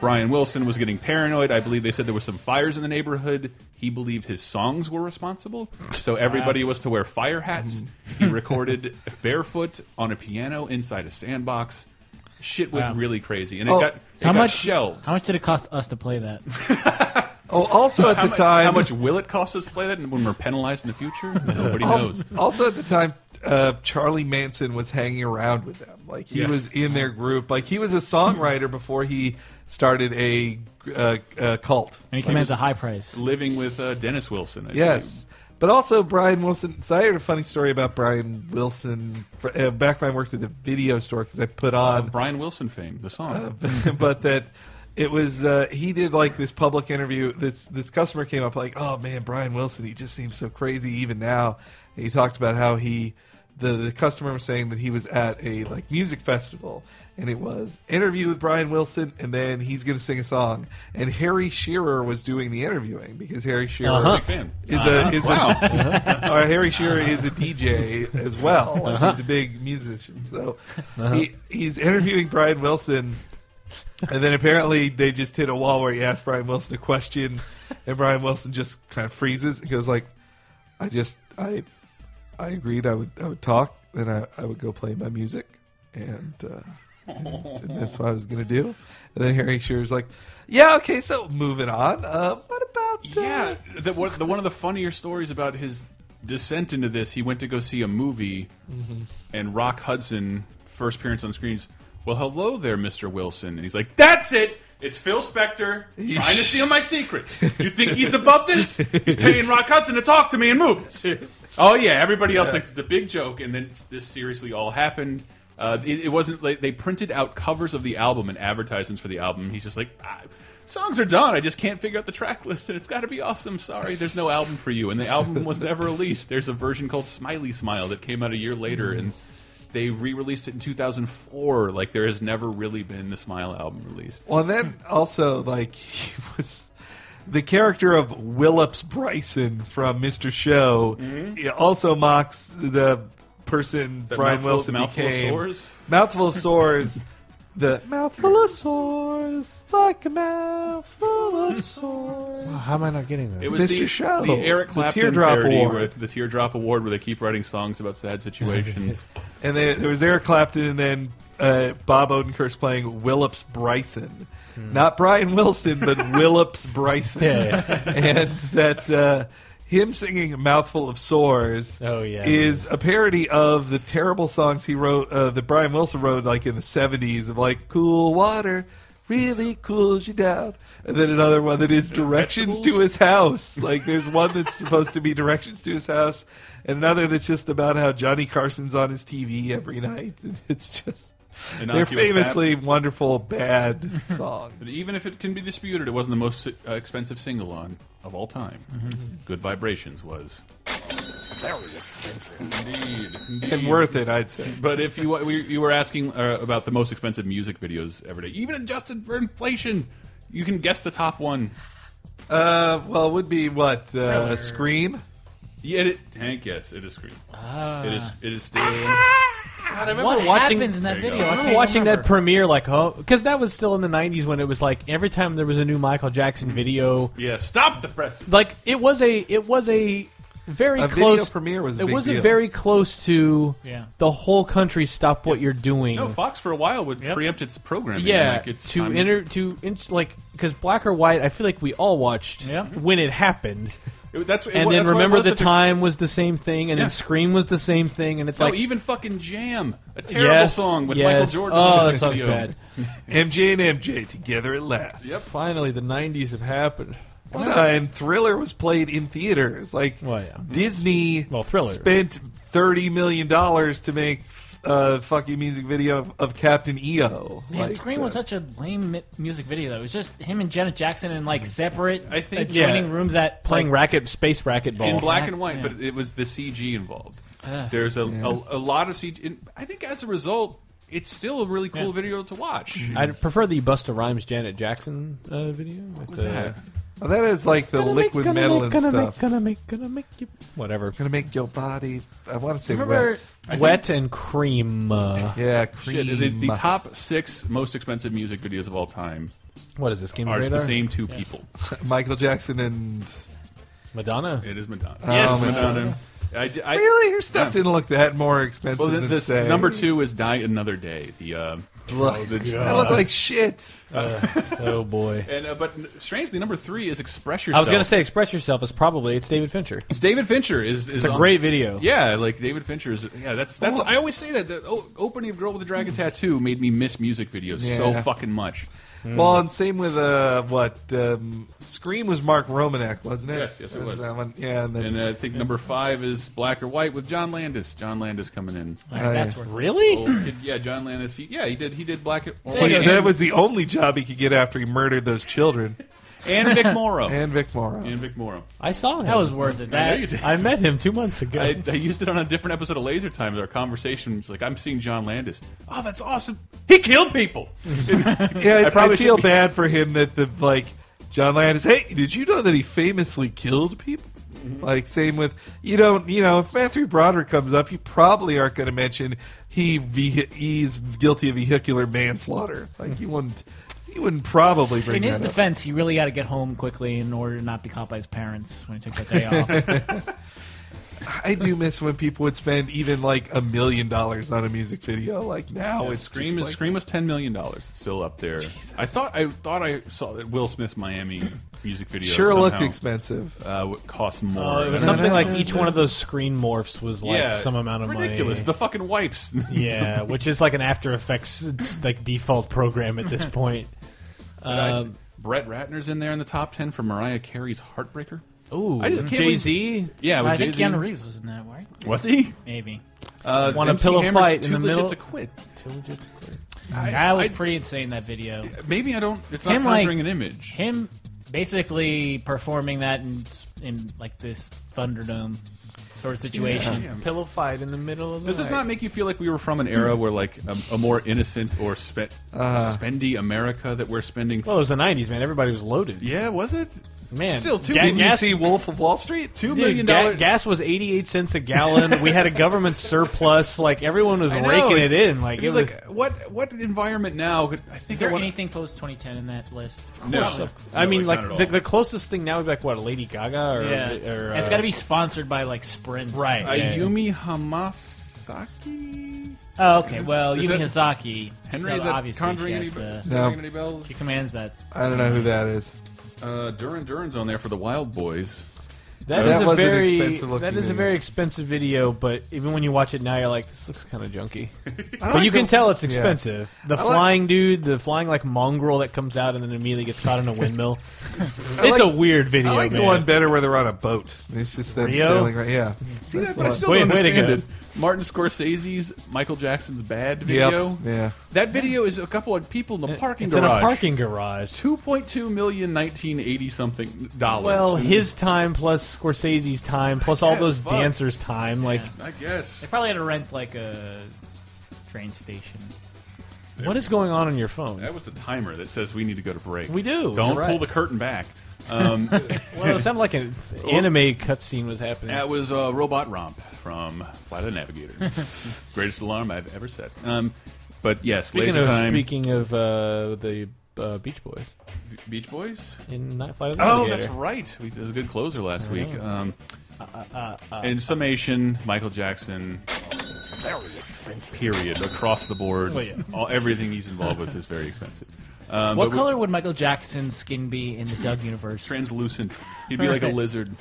S3: Brian Wilson was getting paranoid. I believe they said there were some fires in the neighborhood. He believed his songs were responsible, so everybody was to wear fire hats. He recorded barefoot on a piano inside a sandbox. Shit went
S6: Wow.
S3: really crazy, and it
S5: Oh,
S3: got it
S6: How
S3: got
S6: much?
S3: shelved.
S6: How much did it cost us to play that?
S5: Oh, also at the
S3: How mu-
S5: time,
S3: How much will it cost us to play that when we're penalized in the future? Nobody
S5: also,
S3: knows.
S5: also at the time, uh, Charlie Manson was hanging around with them. Like he
S11: Yeah.
S5: was in their group. Like he was a songwriter before he started a, uh uh cult.
S6: And he
S5: Like,
S6: commands a high price.
S3: Living with uh, Dennis Wilson. I
S5: Yes. But also Brian Wilson. So I heard a funny story about Brian Wilson fr- uh, back when I worked at the video store because I put on
S3: Brian Wilson fame, the
S5: Uh,
S3: song.
S5: but that it was uh, he did like this public interview. This this customer came up like, oh man, Brian Wilson. He just seems so crazy even now. And he talked about how he the the customer was saying that he was at a like music festival and it was interview with Brian Wilson and then he's going to sing a song and Harry Shearer was doing the interviewing because Harry Shearer
S3: Uh-huh. Big fan.
S5: is
S3: Uh-huh.
S5: a is
S3: Wow.
S5: a or Harry Shearer is a DJ as well Like,
S3: Uh-huh.
S5: he's a big musician so
S11: Uh-huh.
S5: he, he's interviewing Brian Wilson, and then apparently they just hit a wall where he asked Brian Wilson a question, and Brian Wilson just kind of freezes and goes like, "I just I I agreed I would I would talk, then I, I would go play my music, and, uh, and, and that's what I was gonna do." And then Harry Shearer's like, "Yeah, okay, so moving on. Uh, what about
S3: yeah? The, one- the, one of the funnier stories about his descent into this, he went to go see a movie,
S5: Mhm.
S3: and Rock Hudson first appearance on screens. Well, hello there, Mr. Wilson, and he's like, "That's it. It's Phil Spector trying to steal my secrets. You think he's above this? He's paying Rock Hudson to talk to me in movies. Oh yeah, everybody else
S11: Yeah.
S3: thinks it's a big joke, and then this seriously all happened." Uh, it, it wasn't like they printed out covers of the album and advertisements for the album. He's just like, "Ah, songs are done. I just can't figure out the track list, and it's got to be awesome. Sorry, there's no album for you. And the album was never released. There's a version called Smiley Smile that came out a year later, and they re-released it in 2004. Like there has never really been the Smile album released.
S5: Well, and then also like he was the character of Willops Bryson from Mr. Show.
S11: Mm-hmm.
S5: he Also mocks the person
S11: That
S5: Brian
S11: mouthful-
S5: Wilson
S11: mouthful of
S5: became.
S11: sores?
S5: Mouthful of sores. the
S11: Mouthful of sores. It's like a mouthful of sores.
S4: how am I not getting that?
S3: It was
S5: Mr.
S3: the,
S5: Show,
S3: the Eric
S5: the
S3: Clapton
S5: Teardrop
S3: parody
S5: Award.
S3: where- the Teardrop Award, where they keep writing songs about sad situations.
S5: and then there was Eric Clapton, and then uh, Bob Odenkirk's playing Willops Bryson, not Brian Wilson, but Willops Bryson,
S11: Yeah, yeah.
S5: and that uh, him singing "A "Mouthful of Sores"
S4: Oh, yeah.
S5: is a parody of the terrible songs he wrote uh, that Brian Wilson wrote like in the '70s of like "Cool Water." Really cools you down, and then another one that is directions to his house. Like there's one that's supposed to be directions to his house, and another that's just about how Johnny Carson's on his TV every night. And It's just they're
S3: Innocuous
S5: famously wonderful bad songs.
S3: But even if it can be disputed, it wasn't the most uh, expensive single on of all time.
S5: Mhm.
S3: Good Vibrations was.
S2: Very expensive.
S3: Indeed,
S5: And worth it, I'd say.
S3: But if you we, you were asking uh, about the most expensive music videos ever day, even adjusted for inflation, you can guess the top one.
S5: Uh, well, it would be what
S3: Thriller.
S5: uh, Scream.
S3: Yeah, it, Hank, yes, it is Scream.
S5: Ah.
S3: It is. It is still.
S4: God, I remember
S6: What
S4: watching,
S6: happens in that
S4: There you
S6: video?
S4: go.
S6: I
S4: I remember
S6: can't
S4: watching
S6: remember.
S4: that premiere, like, oh, because that was still in the '90s when it was like every time there was a new Michael Jackson video,
S3: Yeah, stop the press.
S4: like it was a it was a very
S5: A video
S4: close
S5: premiere was a
S4: it
S5: big
S4: was
S5: deal.
S4: a very close to
S3: Yeah.
S4: the whole country stop what you're doing.
S3: No, Fox for a while would preempt its programming.
S4: yeah,
S3: like it's
S4: to
S3: time-
S4: enter to in, like because black or white, I feel like we all watched when it happened.
S3: It- that's- it
S4: and
S3: wa- that's
S4: then
S3: why it
S4: remember
S3: was
S4: the
S3: such a-
S4: time was the same thing, and
S3: Yeah.
S4: then Scream was the same thing, and it's
S3: No,
S4: like
S3: even fucking Jam, a terrible
S4: Yes,
S3: song with
S4: yes.
S3: Michael Jordan.
S4: Oh,
S3: in
S4: that
S3: his
S4: sounds
S3: video.
S4: bad.
S5: MJ and MJ together at last.
S3: Yep.
S4: Finally, the '90s have happened.
S5: Well, no, and Thriller was played in theaters. Like Disney
S4: Thriller.
S5: spent thirty million dollars to make a fucking music video of, of Captain E EO.
S6: Man,
S5: Like,
S6: Scream was such a lame mi- music video though. It was just him and Janet Jackson in like separate I
S3: Mm. think-
S6: adjoining
S3: Yeah.
S6: rooms at
S4: playing
S6: like,
S4: racket space racket ball
S3: in black and white, but it was the CG involved.
S6: Ah.
S3: There's a,
S6: Yeah.
S3: a a lot of CG. And I think as a result, it's still a really cool
S4: Yeah.
S3: video to watch.
S4: I prefer the Busta Rhymes Janet Jackson uh, video. With,
S3: was that?
S5: Oh, that is like the
S4: Gonna make-
S5: liquid
S4: gonna
S5: metal
S4: make-
S5: and
S4: gonna
S5: stuff.
S4: Make, gonna make, gonna make you whatever.
S5: Gonna make your body. I want to say
S4: Remember-
S5: wet.
S4: I Wet think- and cream. uh,
S5: yeah,
S3: Shit,
S5: cream.
S3: the, the top six most expensive music videos of all time.
S4: What is this, Game of
S3: are
S4: Radar?
S3: the same two
S4: Yeah.
S3: people.
S5: Michael Jackson and
S4: Madonna.
S3: It is Madonna.
S5: Oh,
S3: yes,
S5: man.
S3: Madonna. I, d- I-
S5: Really? Her stuff
S3: Yeah.
S5: didn't look that more expensive
S3: Well,
S5: than
S3: th- this,
S5: say.
S3: number two is Die Another Day. The, uh,
S5: Look,
S3: oh, the-
S5: that looked like shit.
S3: Uh,
S4: oh boy.
S3: and uh, but strangely, number three is Express Yourself.
S4: I was going to say Express Yourself is probably it's David Fincher.
S3: It's David Fincher is, is
S4: It's a great video.
S3: Yeah, like David Fincher is. Yeah, that's that's. I always say that the o opening of Girl with the Dragon Tattoo made me miss music videos so
S5: Yeah.
S3: fucking much.
S5: Well, and same with uh, what um, Scream was Mark Romanek, wasn't it?
S3: Yes, yes, it was.
S5: That one. Yeah, and then
S3: And uh, I think number five is Black or White with John Landis. John Landis coming in.
S5: Alright, that's worth it.
S4: Really?
S3: Old kid- yeah, John Landis. He, yeah, he did. He did Black or
S5: Well,
S3: White.
S5: that was the only job he could get after he murdered those children.
S3: And Vic Morrow.
S5: and Vic Morrow.
S3: And Vic Morrow.
S4: I saw him.
S6: That was worth it.
S3: I know
S6: That
S3: you did.
S4: I met him two months ago.
S3: I, I used it on a different episode of Laser Time. Our conversation was like, I'm seeing John Landis. Oh, that's awesome. He killed people.
S5: Yeah, I, probably feel
S3: should be-
S5: bad for him that the like John Landis. Hey, did you know that he famously killed people? Like same with you don't you know if Matthew Broderick comes up, you probably aren't going to mention he ve- he's guilty of vehicular manslaughter. Like you wouldn't you wouldn't probably bring
S6: In his
S5: that up.
S6: defense, he really got to get home quickly in order to not be caught by his parents when he took that day off.
S5: I do miss when people would spend even like a million dollars on a music video. Like now,
S3: Yeah,
S5: it's
S3: Scream
S5: just
S3: is
S5: like-
S3: Scream was ten million dollars. It's still up there. I thought I thought I saw that Will Smith's Miami music video
S5: Sure
S3: somehow,
S5: looked expensive.
S3: Uh, would cost more.
S4: Oh, it was
S3: I don't know.
S4: something like each one of those screen morphs was like
S3: Yeah,
S4: some amount of
S3: ridiculous. The
S4: money.
S3: fucking wipes.
S4: yeah, which is like an After Effects it's like default program at this point. Um,
S3: Brett Ratner's in there in the top ten for Mariah Carey's Heartbreaker.
S4: ooh,
S3: I just can't
S4: Jay Z.
S3: Yeah, with
S6: I think
S3: Jay-Z.
S6: Keanu Reeves was in that, right?
S3: was he?
S6: Maybe.
S3: Uh,
S4: Won a
S3: MC
S4: pillow
S3: Hammer's
S4: fight in
S3: too
S4: the middle.
S3: Legit to quit.
S6: that was
S3: I-
S6: pretty insane. That video.
S3: Maybe I don't. It's
S6: Him,
S3: not
S6: like-
S3: conjuring an image.
S6: Him basically performing that in in like this Thunderdome sort of situation.
S4: Pillow fight in the middle of the
S3: Does this
S4: night.
S3: not make you feel like we were from an era where, like, a, a more innocent or spe spendy America that we're spending?
S4: Uh. Well, it was the '90s, man. Everybody was loaded.
S3: yeah, was it?
S4: Man,
S3: Still, two
S4: ga-
S3: million-
S4: gas-
S5: see Wolf of Wall Street.
S3: Two
S4: Dude,
S3: million
S4: ga-
S3: dollars.
S4: gas was 88 cents a gallon. we had a government surplus. Like everyone was
S3: I know,
S4: raking
S3: it's-
S4: it in. Like
S3: it was like what what environment now? could- I think
S6: Is there
S3: I wanna-
S6: anything post 2010 in that list?
S3: No,
S4: I mean,
S3: No,
S4: like
S3: not at
S4: the,
S3: all.
S4: the closest thing now would be like what Lady Gaga or,
S6: Yeah,
S4: or,
S6: it's
S4: uh,
S6: got to be sponsored by like Sprint,
S4: right. yeah.
S3: Ayumi Hamasaki.
S6: Oh, okay. Well,
S3: Is
S6: Yumi
S3: that-
S6: Miyazaki,
S3: Henry,
S6: well,
S3: that
S6: obviously,
S3: conjuring
S6: she, has
S3: any,
S6: to-
S5: No.
S3: conjuring any bells?
S6: she commands that.
S5: I don't know who that is.
S3: Uh, Duran Duran's on there for the Wild Boys.
S4: That
S5: That
S4: is a
S5: was an
S4: very
S5: expensive-looking
S4: that is a
S5: video.
S4: very expensive video, but even when you watch it now, you're like, this looks kind of junky. but you can tell it's expensive. The
S5: I like-
S4: flying dude, the flying like mongrel that comes out and then immediately gets caught in a windmill. it's
S5: like-
S4: a weird video,
S5: I like
S4: man.
S5: the one better where they're on a boat. It's just them
S4: Rio?
S5: sailing right. Yeah. See
S3: Yeah, but I still
S4: Way-
S3: don't
S4: way to
S3: understand
S4: go.
S3: it. Martin Scorsese's Michael Jackson's Bad video.
S5: Yeah.
S3: That video is a couple of people in the parking
S4: it's in
S3: garage.
S4: a parking garage.
S3: 2.2 million 1980 something dollars.
S4: Well,
S3: And
S4: his time plus Scorsese's time plus all
S3: guess,
S4: those
S3: fuck.
S4: dancers' time, like
S3: I guess.
S6: They probably had to rent like a train station.
S4: what is going on on your phone?
S3: That was the timer that says we need to go to break.
S4: We do.
S3: Don't
S4: You're right.
S3: pull the curtain back. Um,
S4: Well, it sounded like an anime cutscene was happening.
S3: that was uh, Robot Romp from Flight of the Navigator. Greatest alarm I've ever set. Um, but yes,
S4: Speaking
S3: laser
S4: of
S3: time.
S4: speaking of uh, the uh, Beach Boys
S3: Beach Boys.
S4: in Night Flight of the
S3: Oh,
S4: Navigator.
S3: that's right. We, that was a good closer last
S6: Oh.
S3: week. Um,
S6: Uh,
S3: in summation, Michael Jackson. Period. Across the board,
S6: Well, yeah.
S3: all, everything he's involved with is very expensive. Um,
S6: What
S3: but we-
S6: color would Michael Jackson's skin be in the Doug universe?
S3: translucent. He'd be like a lizard.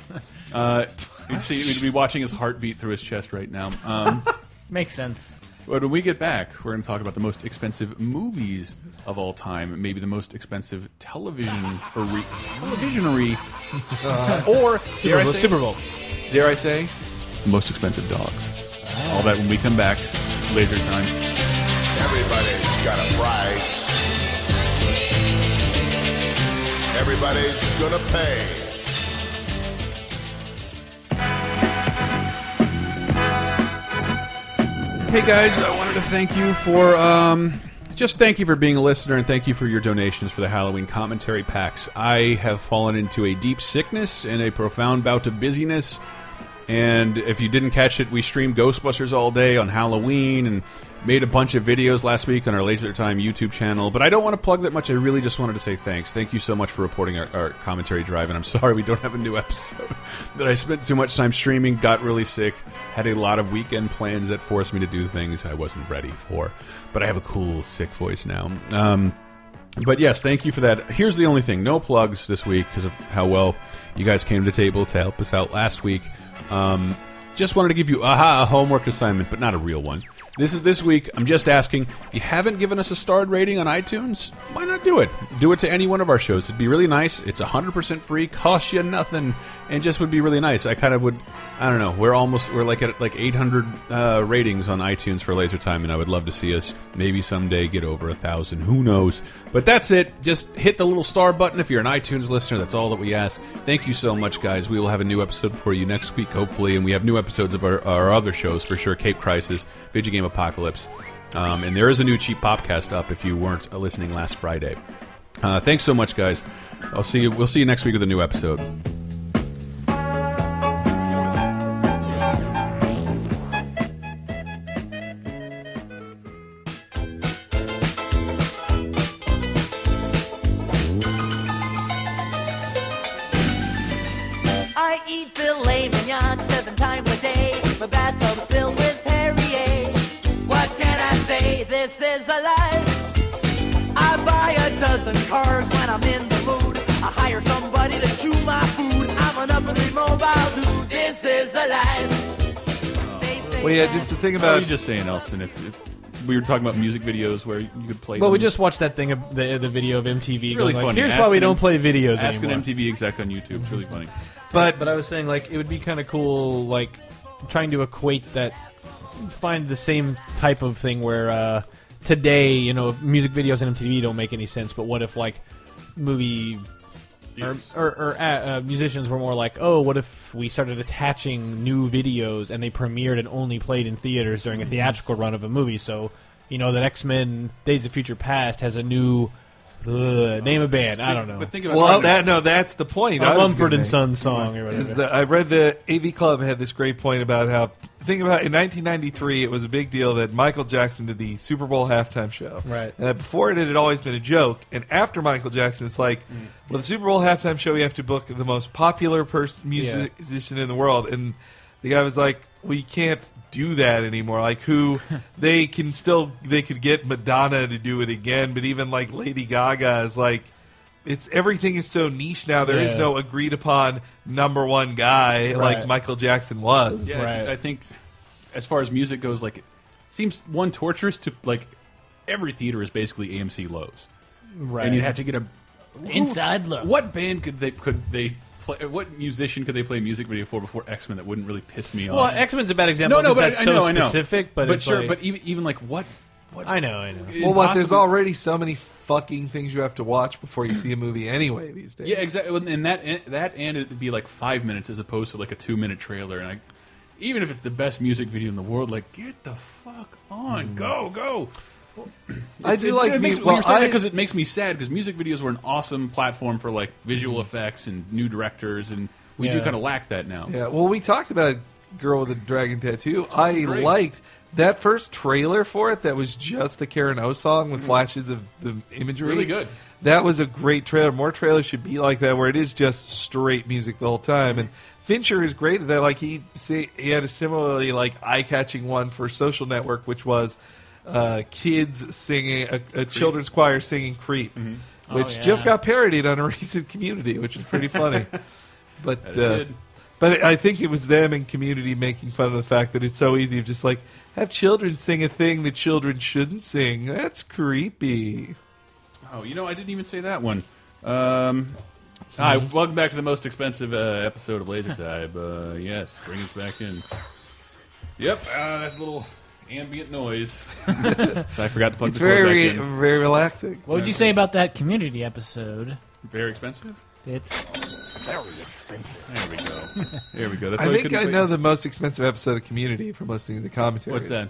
S3: Uh, you'd see, we'd be watching his heartbeat through his chest right now. Um,
S6: Makes sense.
S3: but when we get back, we're going to talk about the most expensive movies of all time, maybe the most expensive television are televisionary, or dare I
S4: Super Bowl,
S3: say-
S4: Super Bowl.
S3: dare I say, most expensive dogs. All that when we come back, laser time.
S12: Everybody's got a price. Everybody's gonna pay.
S3: Hey guys, I wanted to thank you for um, just thank you for being a listener and thank you for your donations for the Halloween commentary packs. I have fallen into a deep sickness and a profound bout of busyness.
S13: And if you didn't catch it, we streamed Ghostbusters all day on Halloween and made a bunch of videos last week on our Laser Time YouTube channel. But I don't want to plug that much. I really just wanted to say thanks. Thank you so much for reporting our, our commentary drive. And I'm sorry we don't have a new episode. but I spent too much time streaming, got really sick, had a lot of weekend plans that forced me to do things I wasn't ready for. But I have a cool, sick voice now. Um, but yes, thank you for that. Here's the only thing: no plugs this week because of how well you guys came to the table to help us out last week. Um, just wanted to give you aha a homework assignment, but not a real one. This is this week. I'm just asking if you haven't given us a starred rating on iTunes, why not do it? Do it to any one of our shows. It'd be really nice. It's 100% free, costs you nothing, and just would be really nice. I kind of would. I don't know. We're almost we're like at like 800 uh, ratings on iTunes for Laser Time, and I would love to see us maybe someday get over a thousand. Who knows? But that's it. Just hit the little star button if you're an iTunes listener. That's all that we ask. Thank you so much, guys. We will have a new episode for you next week, hopefully, and we have new episodes of our, our other shows for sure. Cape Crisis, Video Game Apocalypse, um, and there is a new cheap podcast up if you weren't uh, listening last Friday. Uh, thanks so much, guys. I'll see you. We'll see you next week with a new episode.
S14: I eat filet mignon seven times a day. My bathrobe's filled with Perrier. What can I say? This is a life. I buy a dozen cars when I'm in the mood. I hire somebody to chew my food. I'm an up and mobile dude. This is a life.
S5: Well, yeah, just the thing
S3: What
S5: about
S3: were you just saying, Elston? If, if we were talking about music videos where you could play,
S4: Well, we
S3: them.
S4: just watched that thing of the, the video of MTV.
S3: Mm. It's really
S4: going, like,
S3: funny.
S4: Here's
S3: Ask
S4: why we
S3: an
S4: don't
S3: M-
S4: play videos
S3: Ask
S4: anymore.
S3: an MTV exec on YouTube. It's really funny.
S4: But but I was saying like it would be kind of cool like trying to equate that find the same type of thing where uh, today you know music videos and MTV don't make any sense but what if like movie or, or, or uh, uh, musicians were more like oh what if we started attaching new videos and they premiered and only played in theaters during a
S6: Mhm.
S4: theatrical run of a movie so you know that X-Men Days of Future Past has a new uh, name a band I don't know
S5: well, that no, that's the point.
S4: A
S5: I was
S4: Mumford
S5: gonna
S4: and
S5: make.
S4: Sons song or whatever.
S5: Is that I read the AV Club had this great point about how think about in 1993 it was a big deal that Michael Jackson did the Super Bowl halftime show.
S4: Right.
S5: And that before it it had always been a joke, and after Michael Jackson, it's like,
S4: Mm.
S5: well, the Super Bowl halftime show you have to book the most popular person
S4: Yeah.
S5: musician in the world, and the guy was like. We can't do that anymore. Like who they can still they could get Madonna to do it again, but even like Lady Gaga is like it's everything is so niche now. There is
S3: Yeah.
S5: no agreed upon number one guy like
S3: Right.
S5: Michael Jackson was.
S3: Yeah, I think as far as music goes, like it seems one torturous to like every theater is basically AMC Lowe's,
S4: Right.
S3: And you'd have to get a
S6: Inside
S3: look. What band could they could they play? What musician could they play a music video for before X Men that wouldn't really piss me off?
S4: Well, X-Men's a bad example
S3: No, no,
S4: 'cause
S3: but
S4: that's
S3: I, I
S4: so
S3: know, I know.
S4: specific, but it's
S3: sure,
S4: like-
S3: but even even like what. What?
S4: I know, I know.
S5: Well, what? There's
S3: Impossible-
S5: already so many fucking things you have to watch before you see a movie anyway these days.
S3: Yeah, exactly. And that and- that and it'd be like five minutes as opposed to like a two minute trailer. And I, even if it's the best music video in the world, like get the fuck on,
S5: Mm.
S3: go go.
S5: I
S3: It's-
S5: do
S3: it-
S5: like
S3: it
S5: me-
S3: makes, well,
S5: well,
S3: you're saying
S5: I-
S3: because it makes me sad because music videos were an awesome platform for like visual effects and new directors, and we do
S5: Mm. Yeah.
S3: kind of lack that now.
S5: Yeah, well, we talked about Girl with a Dragon Tattoo. I
S3: Great.
S5: liked that first trailer for it that was just the Karen O song with flashes of the imagery.
S3: Mm. Really good.
S5: That was a great trailer. More trailers should be like that, where it is just straight music the whole time. And Fincher is great at that. Like he, say, he had a similarly like eye-catching one for Social Network, which was uh, kids singing a, a children's choir singing "Creep,"
S3: Oh,
S5: which
S3: yeah.
S5: just got parodied on a recent Community, which is pretty funny. but
S3: That
S5: uh,
S3: it did.
S5: but I think it was them in community making fun of the fact that it's so easy of just like have children sing a thing that children shouldn't sing. That's creepy.
S3: Oh, you know, I didn't even say that one. Um, hi, welcome back to the most expensive uh, episode of Laser Time. Uh, yes, bring us back in. Yep, uh, that's a little ambient noise. so I forgot to plug the cord back in.
S5: very relaxing.
S6: What would you say about that community episode?
S3: Very expensive.
S6: It's
S3: Very expensive. There we go. There we go. That's
S5: I
S3: why we
S5: think
S3: couldn't
S5: I
S3: play-
S5: know the most expensive episode of Community from listening to the commentary.
S3: What's that?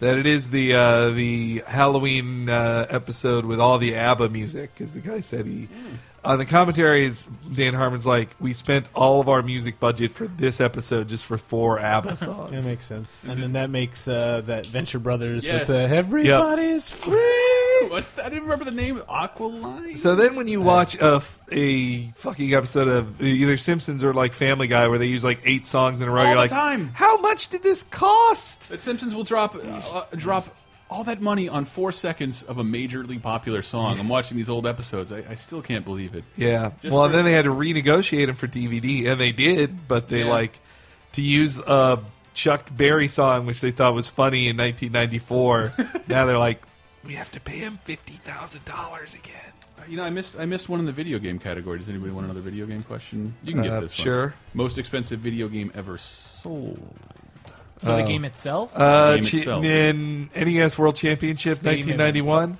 S5: that it is the uh, the Halloween uh, episode with all the ABBA music because the guy said he
S3: Hmm.
S5: on the commentaries Dan Harmon's like we spent all of our music budget for this episode just for four ABBA songs.
S4: that makes sense. And then that makes uh, that Venture Brothers
S5: Yes.
S4: with uh, everybody's free.
S3: What's that? I didn't remember the name. Aqualine.
S5: So then, when you watch a, f- a fucking episode of either Simpsons or like Family Guy, where they use like eight songs in a row,
S3: All
S5: you're
S3: the
S5: like,
S3: time.
S5: How much did this cost?
S3: That Simpsons will drop uh, uh, drop all that money on four seconds of a majorly popular song. I'm watching these old episodes. I, I still can't believe it.
S5: Yeah.
S3: Just
S5: well,
S3: for-
S5: then they had to renegotiate them for DVD, and they did, but they
S3: Yeah.
S5: like to use a Chuck Berry song, which they thought was funny in 1994. now they're like, we have to pay him fifty thousand dollars again.
S3: You know, I missed I missed one in the video game category. Does anybody want another video game question? You can get
S5: Uh,
S3: this. one.
S5: sure.
S3: Most expensive video game ever sold.
S6: So the Oh. game itself?
S5: Uh,
S3: The game
S5: chi-
S3: itself.
S5: in NES World Championship,
S3: E
S6: Stadium
S5: 1991.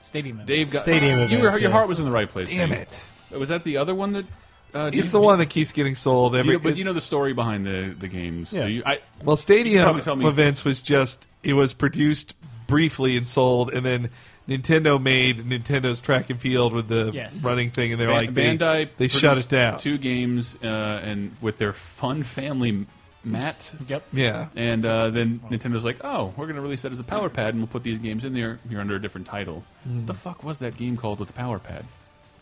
S6: Stadium. events.
S3: Dave got
S5: Stadium
S3: You were,
S5: events,
S3: your
S5: yeah.
S3: heart was in the right place.
S5: Damn
S3: Dave. Was that the other one that? Uh,
S5: It's the one that keeps getting sold
S3: Do you
S5: every.
S3: know- but you know the story behind the the games.
S5: Yeah.
S3: Do you? I,
S5: well,
S3: you
S5: Stadium
S3: probably tell me-
S5: events was just it was produced briefly and sold, and then Nintendo made Nintendo's track and field with the
S3: Yes.
S5: running thing, and they're
S3: Ban-
S5: like they-
S3: Bandai.
S5: They, shut
S3: produced
S5: it down.
S3: Two games, uh, and with their fun family. Matt.
S6: Yep.
S5: Yeah.
S3: And uh, then Nintendo's like, "Oh, we're going to release that as a Power Pad, and we'll put these games in there. You're under a different title.
S4: Mm.
S3: What the fuck was that game called with the Power Pad?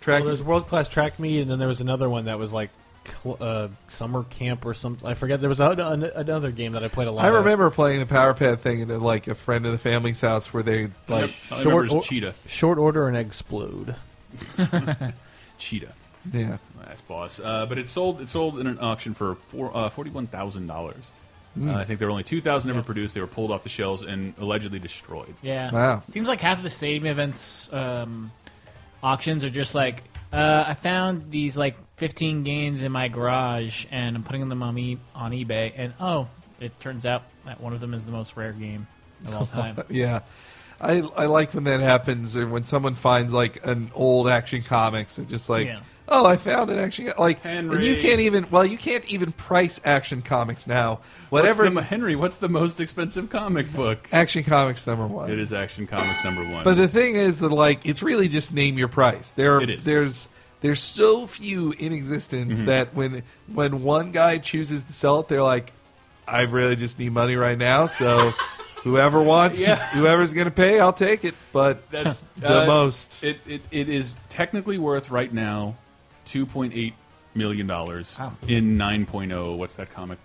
S5: Track.
S4: Well, there's world class track meet, and then there was another one that was like cl- uh, summer camp or something. I forget. There was a, an- another game that I played a lot.
S5: I
S4: of.
S5: remember playing the Power Pad thing at like a friend of the family's house where they like
S4: or- Short order and explode.
S3: Cheetah.
S5: Yeah.
S3: Last boss. Uh, but it sold. It sold in an auction for four, uh, forty-one thousand dollars.
S6: Mm.
S5: Hmm.
S3: Uh, I think there were only two thousand ever produced. They were pulled off the shelves and allegedly destroyed.
S6: Yeah. Seems like half of the stadium events um, auctions are just like uh, I found these like 15 games in my garage and I'm putting them on e- on eBay and oh, it turns out that one of them is the most rare game of all time.
S5: yeah. I, I like when that happens or when someone finds like an old action comics and just like
S6: Yeah.
S5: oh I found an action like and you
S3: Henry.
S5: can't even well you can't even price action comics now whatever
S3: What's the, Henry, what's the most expensive comic book?
S5: action comics number one
S3: It is Action Comics number one.
S5: But the thing is that like it's really just name your price. There
S3: It is.
S5: there's there's so few in existence
S3: Mhm.
S5: that when when one guy chooses to sell it, they're like, I really just need money right now, so whoever wants
S3: Yeah.
S5: whoever's gonna pay, I'll take it. But
S3: That's
S5: the
S3: uh,
S5: most
S3: It, it it is technically worth right now two point eight million dollars
S5: Wow.
S3: in 9.0 what's that comic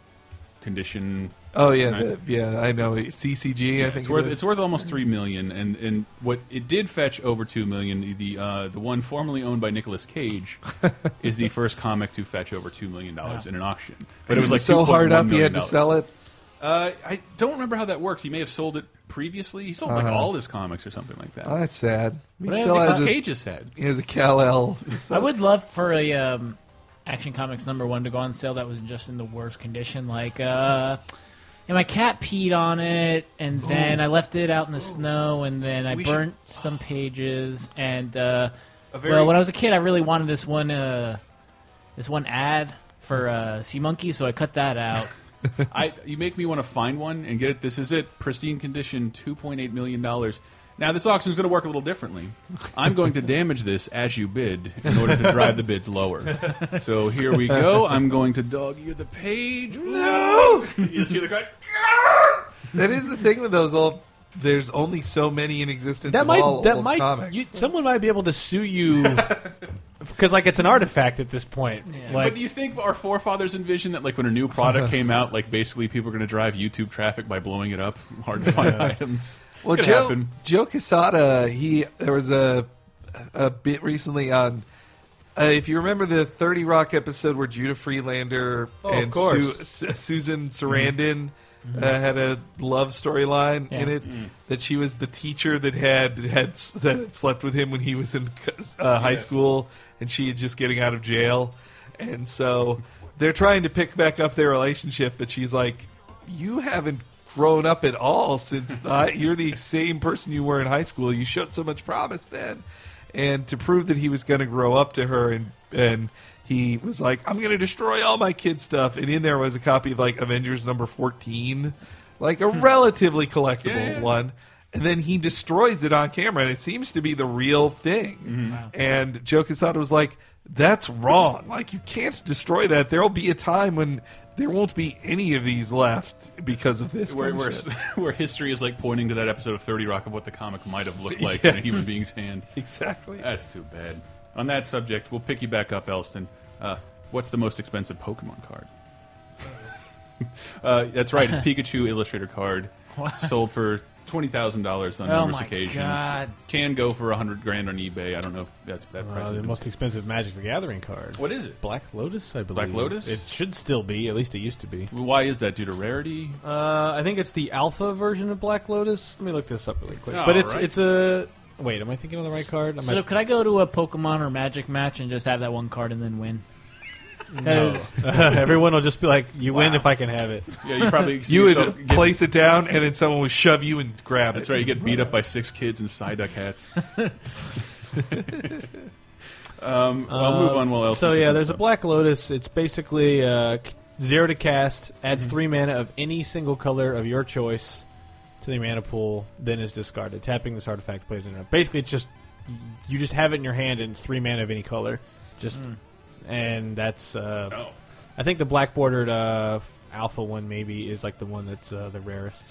S3: condition
S5: Oh yeah,
S3: Nine-
S5: the, yeah, I know. CCG, I think
S3: it's
S5: it
S3: worth
S5: is.
S3: it's worth almost three million, and and what it did fetch over two million. The uh, the one formerly owned by Nicolas Cage is the first comic to fetch over two million dollars
S5: Wow.
S3: in an auction. But it was like
S5: so hard
S3: 2.1
S5: up, you
S3: million
S5: had to sell it.
S3: Uh, I don't remember how that works. He may have sold it previously. He sold like
S5: Uh-huh.
S3: all his comics or something like that.
S5: Oh, that's sad. He
S3: But I
S5: still
S3: think
S5: has a
S3: Nicolas Cage is sad.
S5: He has a Cal L.
S6: I would love for a um, Action Comics number one to go on sale that was just in the worst condition. Like, uh, and my cat peed on it, and then I left it out in the snow, and then I
S14: We should-
S6: burnt some pages. And uh,
S14: A very-
S6: well, when I was a kid, I really wanted this one, uh, this one ad for uh, Sea Monkey, so I cut that out.
S3: I you make me want to find one and get it. This is it, pristine condition, two point eight million dollars. Now this auction is going to work a little differently. I'm going to damage this as you bid in order to drive the bids lower. So here we go. I'm going to dog you the page. No, you see the guy.
S5: that is the thing with those old. There's only so many in existence.
S4: that
S5: of all
S4: might that
S5: old
S4: might
S5: comics.
S4: you, someone might be able to sue you because like it's an artifact at this point. Like
S3: but do you think our forefathers envisioned that, like, when a new product came out, like, basically people are going to drive YouTube traffic by blowing it up, hard to find items?
S5: Well,
S3: Could
S5: Joe
S3: happen.
S5: Joe Casada, he there was a a bit recently on. Uh, if you remember the Thirty Rock episode where Judah Freelander
S4: Oh, of
S5: and
S4: course. Mm-hmm.
S5: Su- S- Susan Sarandon uh, had a love storyline in
S4: Yeah.
S5: it that she was the teacher that had had, s- that had slept with him when he was in uh, high school and she is just getting out of jail, and so they're trying to pick back up their relationship, but she's like, "You haven't grown up at all since the, you're the same person you were in high school. You showed so much promise then." And to prove that he was going to grow up to her, and and he was like, "I'm going to destroy all my kid stuff," and in there was a copy of like Avengers number fourteen. like a relatively collectible one. And then he destroys it on camera, and it seems to be the real thing.
S4: Mm-hmm.
S5: And Joe Quesada was like, "That's wrong. Like you can't destroy that. There'll be a time when there won't be any of these left because of this."
S3: where,
S5: kind of
S3: where,
S5: shit."
S3: where history is like pointing to that episode of 30 Rock of what the comic might have looked like in a
S5: Yes.
S3: human being's hand.
S5: Exactly.
S4: Uh,
S3: That's too bad. On that subject, we'll pick you back up, Elston. Uh, what's the most expensive Pokemon card? uh, that's right, it's Pikachu Illustrator card.
S6: What?
S3: Sold for $20,000 on
S6: Oh
S3: numerous
S6: my
S3: occasions.
S6: God.
S3: Can go for 100 grand on eBay. I don't know if that's that price.
S4: Uh,
S3: has
S4: the
S3: been-
S4: most expensive Magic the Gathering card.
S3: What is it?
S4: Black Lotus, I believe.
S3: Black Lotus?
S4: It should still be. At least it used to be.
S3: Why is that? Due to rarity?
S4: Uh, I think it's the alpha version of Black Lotus. Let me look this up really quick.
S3: All
S4: but it's
S3: right.
S4: it's a wait. Am I thinking of the right card? Am I-
S6: So could I go to a Pokemon or Magic match and just have that one card and then win?
S4: No. Everyone will just be like, "You win
S6: Wow.
S4: if I can have it."
S5: you would place it down, and then someone would shove you and grab
S3: That's
S5: it.
S3: right. You get beat up by six kids in Psyduck hats. um, I'll move on. While
S5: Oh,
S3: else,
S4: So
S3: this
S4: yeah,
S3: comes
S4: there's
S3: up.
S4: a Black Lotus. It's basically uh, c- zero to cast, adds
S5: Mm-hmm.
S4: three mana of any single color of your choice to the mana pool, then is discarded. Tapping this artifact plays in it. Basically, it's just you just have it in your hand and three mana of any color, just
S11: Mm.
S4: and that's. Uh,
S5: Oh.
S3: Oh.
S4: I think the black bordered uh, alpha one maybe is like the one that's uh, the rarest.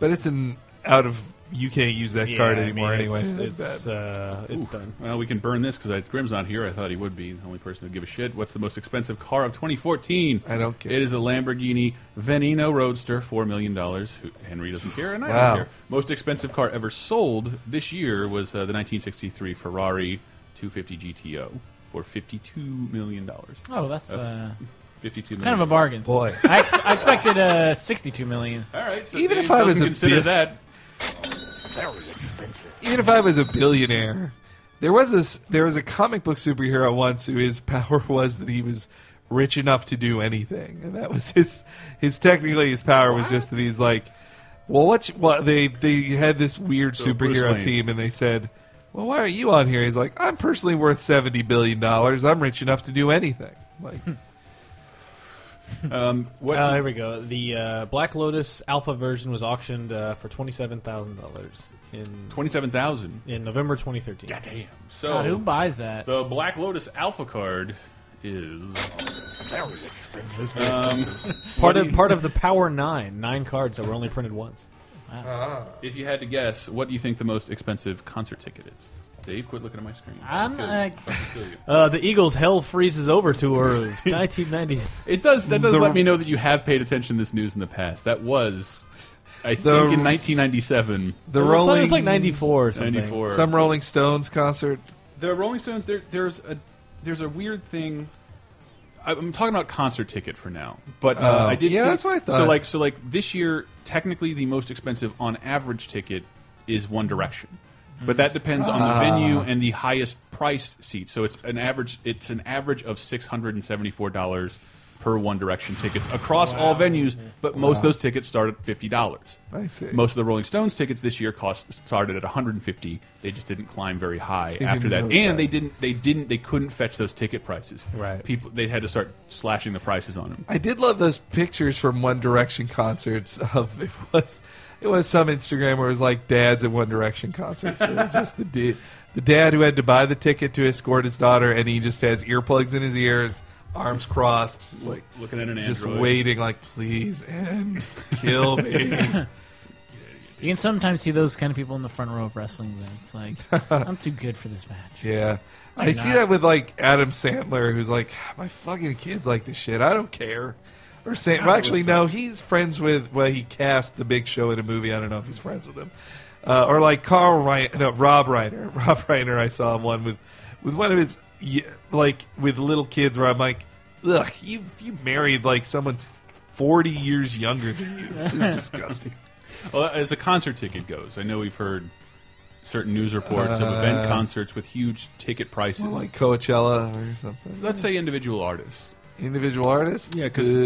S5: But it's an out of you can't use that
S4: Yeah,
S5: card
S4: I mean,
S5: anymore anyway.
S4: it's- it's, uh, it's done.
S3: Well, we can burn this because Grim's not here. I thought he would be the only person who'd give a shit. What's the most expensive car of 2014? I don't care. It is a Lamborghini Veneno Roadster, four million dollars. Henry doesn't care, and I
S5: Wow.
S3: don't care. Most expensive car ever sold this year was uh, the 1963 Ferrari 250 GTO for 52 million dollars.
S6: Oh, that's, uh,
S3: 52 million.
S6: Kind of a bargain.
S3: Boy.
S6: I, ex- I expected uh, 62 million.
S3: All right. so
S5: Even
S3: it
S5: if I was
S3: doesn't
S5: a
S3: consider
S5: bit-
S3: that.
S12: Very expensive.
S5: Even if I was a billionaire, there was this there was a comic book superhero once who his power was that he was rich enough to do anything, and that was his his technically his power was just that he's like, well, what? Well, they they had this weird
S3: So Bruce
S5: superhero
S3: Wayne.
S5: team, and they said. Well, why are you on here? He's like, I'm personally worth seventy billion dollars. I'm rich enough to do anything. Like,
S3: Hmm. Um, what?
S4: Uh, here we go. The uh, Black Lotus Alpha version was auctioned uh, for twenty seven thousand dollars in
S3: twenty seven thousand
S4: in November twenty thirteen. God
S3: damn! So
S6: God, who buys that?
S3: The Black Lotus Alpha card is Um, very expensive.
S4: part of part of the Power Nine nine cards that were only printed once.
S3: If you had to guess, what do you think the most expensive concert ticket is? Dave, quit looking at my screen.
S6: I'm
S3: Kill you.
S6: uh,
S3: Fucking kill you.
S4: Uh, the Eagles' Hell Freezes Over tour of nineteen ninety.
S3: It does. That does
S4: The-
S3: let me know that you have paid attention to this news in the past. That was, I think,
S5: The-
S3: in 1997.
S5: the Rolling
S3: Ninety four.
S5: Some Rolling Stones concert.
S3: The Rolling Stones. There, there's a there's a weird thing. I- I'm talking about concert ticket for now, but uh,
S5: Oh.
S3: I did.
S5: Yeah,
S3: see-
S5: that's what I
S3: So
S5: thought.
S3: like, so like this year, technically the most expensive on average ticket is One Direction, but that depends on the
S5: Ah.
S3: venue and the highest priced seat. So it's an average. It's an average of six hundred and seventy four dollars per One Direction tickets across all venues, but most of
S5: Wow.
S3: those tickets start at fifty dollars.
S5: I see.
S3: Most of the Rolling Stones tickets this year cost started at 150. They just didn't climb very high
S5: They
S3: after
S5: didn't
S3: that, and
S5: notice that.
S3: they didn't. They didn't. They couldn't fetch those ticket prices. Right. People. They had to start slashing the prices on them.
S5: I did love those pictures from One Direction concerts. Of it was, it was some Instagram where it was like dads at One Direction concerts. It was just the da- the dad who had to buy the ticket to escort his daughter, and he just has earplugs in his ears, arms crossed, just like
S3: Looking at an
S5: just
S3: Android.
S5: waiting, like please end, kill me.
S6: You can sometimes see those kind of people in the front row of wrestling events. Like, I'm too good for this match.
S5: yeah,
S6: I'm
S5: I see
S6: not.
S5: that with like Adam Sandler, who's like, my fucking kids like this shit. I don't care. Or Sam, well, actually, no, he's friends with. Well, he cast the Big Show in a movie. I don't know if he's friends with him, uh, or like Carl Reiner, no, Rob Reiner. Rob Reiner, I saw him one with, with one of his, y- like with little kids, where I'm like, ugh, you you married like someone's forty years younger than you. This is disgusting.
S3: Well, as a concert ticket goes, I know we've heard certain news reports of
S5: Uh,
S3: event concerts with huge ticket prices.
S5: Well, like Coachella or something.
S3: Let's say individual artists.
S5: Individual artists.
S3: Yeah, because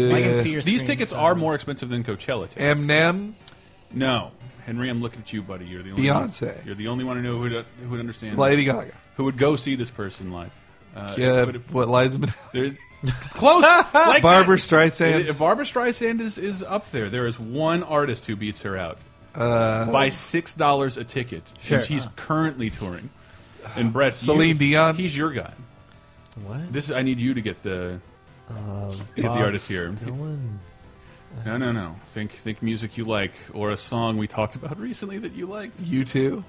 S3: these tickets are more expensive than Coachella tickets.
S5: Eminem.
S3: No, Henry, I'm looking at you, buddy. You're the only
S5: Beyonce.
S3: you're the only one I know who who would understand.
S5: Lady
S3: this.
S5: Gaga.
S3: Who would go see this person live? Uh,
S5: Yeah,
S3: but it-
S5: what, Liza Minnelli?
S3: there- Close. like
S5: Barbara
S3: that.
S5: Streisand.
S3: Uh, Barbara Streisand is is up there. There is one artist who beats her out
S5: Uh,
S3: by six dollars a ticket,
S5: Sure. Uh.
S3: and she's currently touring. And Brett,
S5: Celine
S3: Dion, he's your guy.
S4: What? Um,
S3: This I need you to get the get
S4: Bob
S3: the artist here.
S4: Dylan.
S3: No, no, no. Think think music you like or a song we talked about recently that you liked.
S5: You too.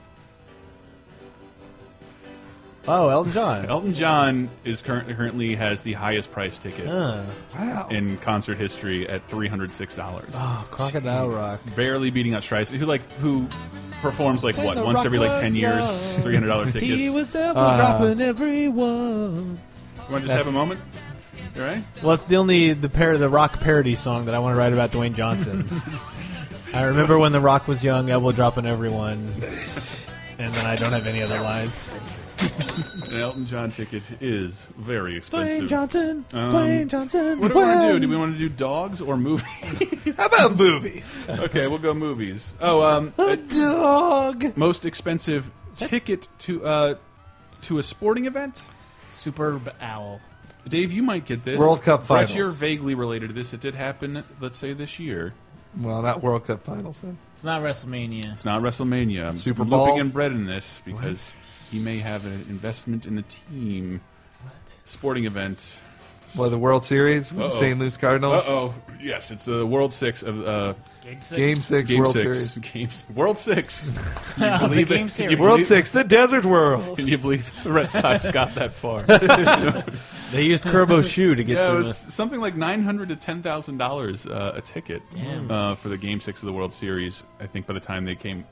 S4: Oh, Elton John.
S3: Elton John is currently currently has the highest price ticket
S4: Huh. Wow.
S3: in concert history at three hundred six dollars.
S4: Oh, Crocodile Rock.
S3: barely beating out Streisand, who like who performs like what
S4: When the
S3: once
S4: rock
S3: every like
S4: was
S3: ten years,
S4: young.
S3: three hundred dollar tickets.
S4: He was ever
S3: Uh,
S4: dropping everyone.
S3: You want to just
S4: That's-
S3: have a moment? All right.
S4: Well, it's the only the par- the rock parody song that I want to write about Dwayne Johnson. I remember when The Rock was young, elbow dropping everyone, and then I don't have any other lines.
S3: An Elton John ticket is very expensive.
S4: Dwayne Johnson,
S3: Um,
S4: Dwayne Johnson.
S3: What do we want to do?
S4: when-
S3: Do we want to do dogs or movies? How about movies? okay, we'll go movies. Oh, um,
S4: a dog.
S3: Most expensive ticket to uh to a sporting event?
S6: Superb owl.
S3: Dave, you might get this.
S5: World Cup
S3: Brett,
S5: finals.
S3: You're vaguely related to this. It did happen. Let's say this year.
S5: Well, not World Cup finals then.
S6: It's not WrestleMania.
S3: It's not WrestleMania. I'm
S5: Super
S3: looping
S5: Bowl?
S3: and bread in this because he may have an investment in the team. What sporting event?
S5: Well, the World Series with the
S3: Uh-oh.
S5: St. Louis Cardinals.
S3: Uh oh, yes, it's the World Six of uh,
S6: Game
S5: Six? Game Six, World Series.
S3: Games World Six. Can
S5: The
S3: believe
S5: Game
S3: it? Can
S5: Series.
S3: you
S5: World
S3: believe-
S5: Six, the desert world.
S3: Can you believe the Red Sox got that far?
S4: They used Curbo Shoe to get
S3: yeah,
S4: to
S3: it was
S4: the-
S3: something like nine hundred to ten thousand dollars uh, a ticket
S4: Damn.
S3: uh, for the Game Six of the World Series. I think by the time they came,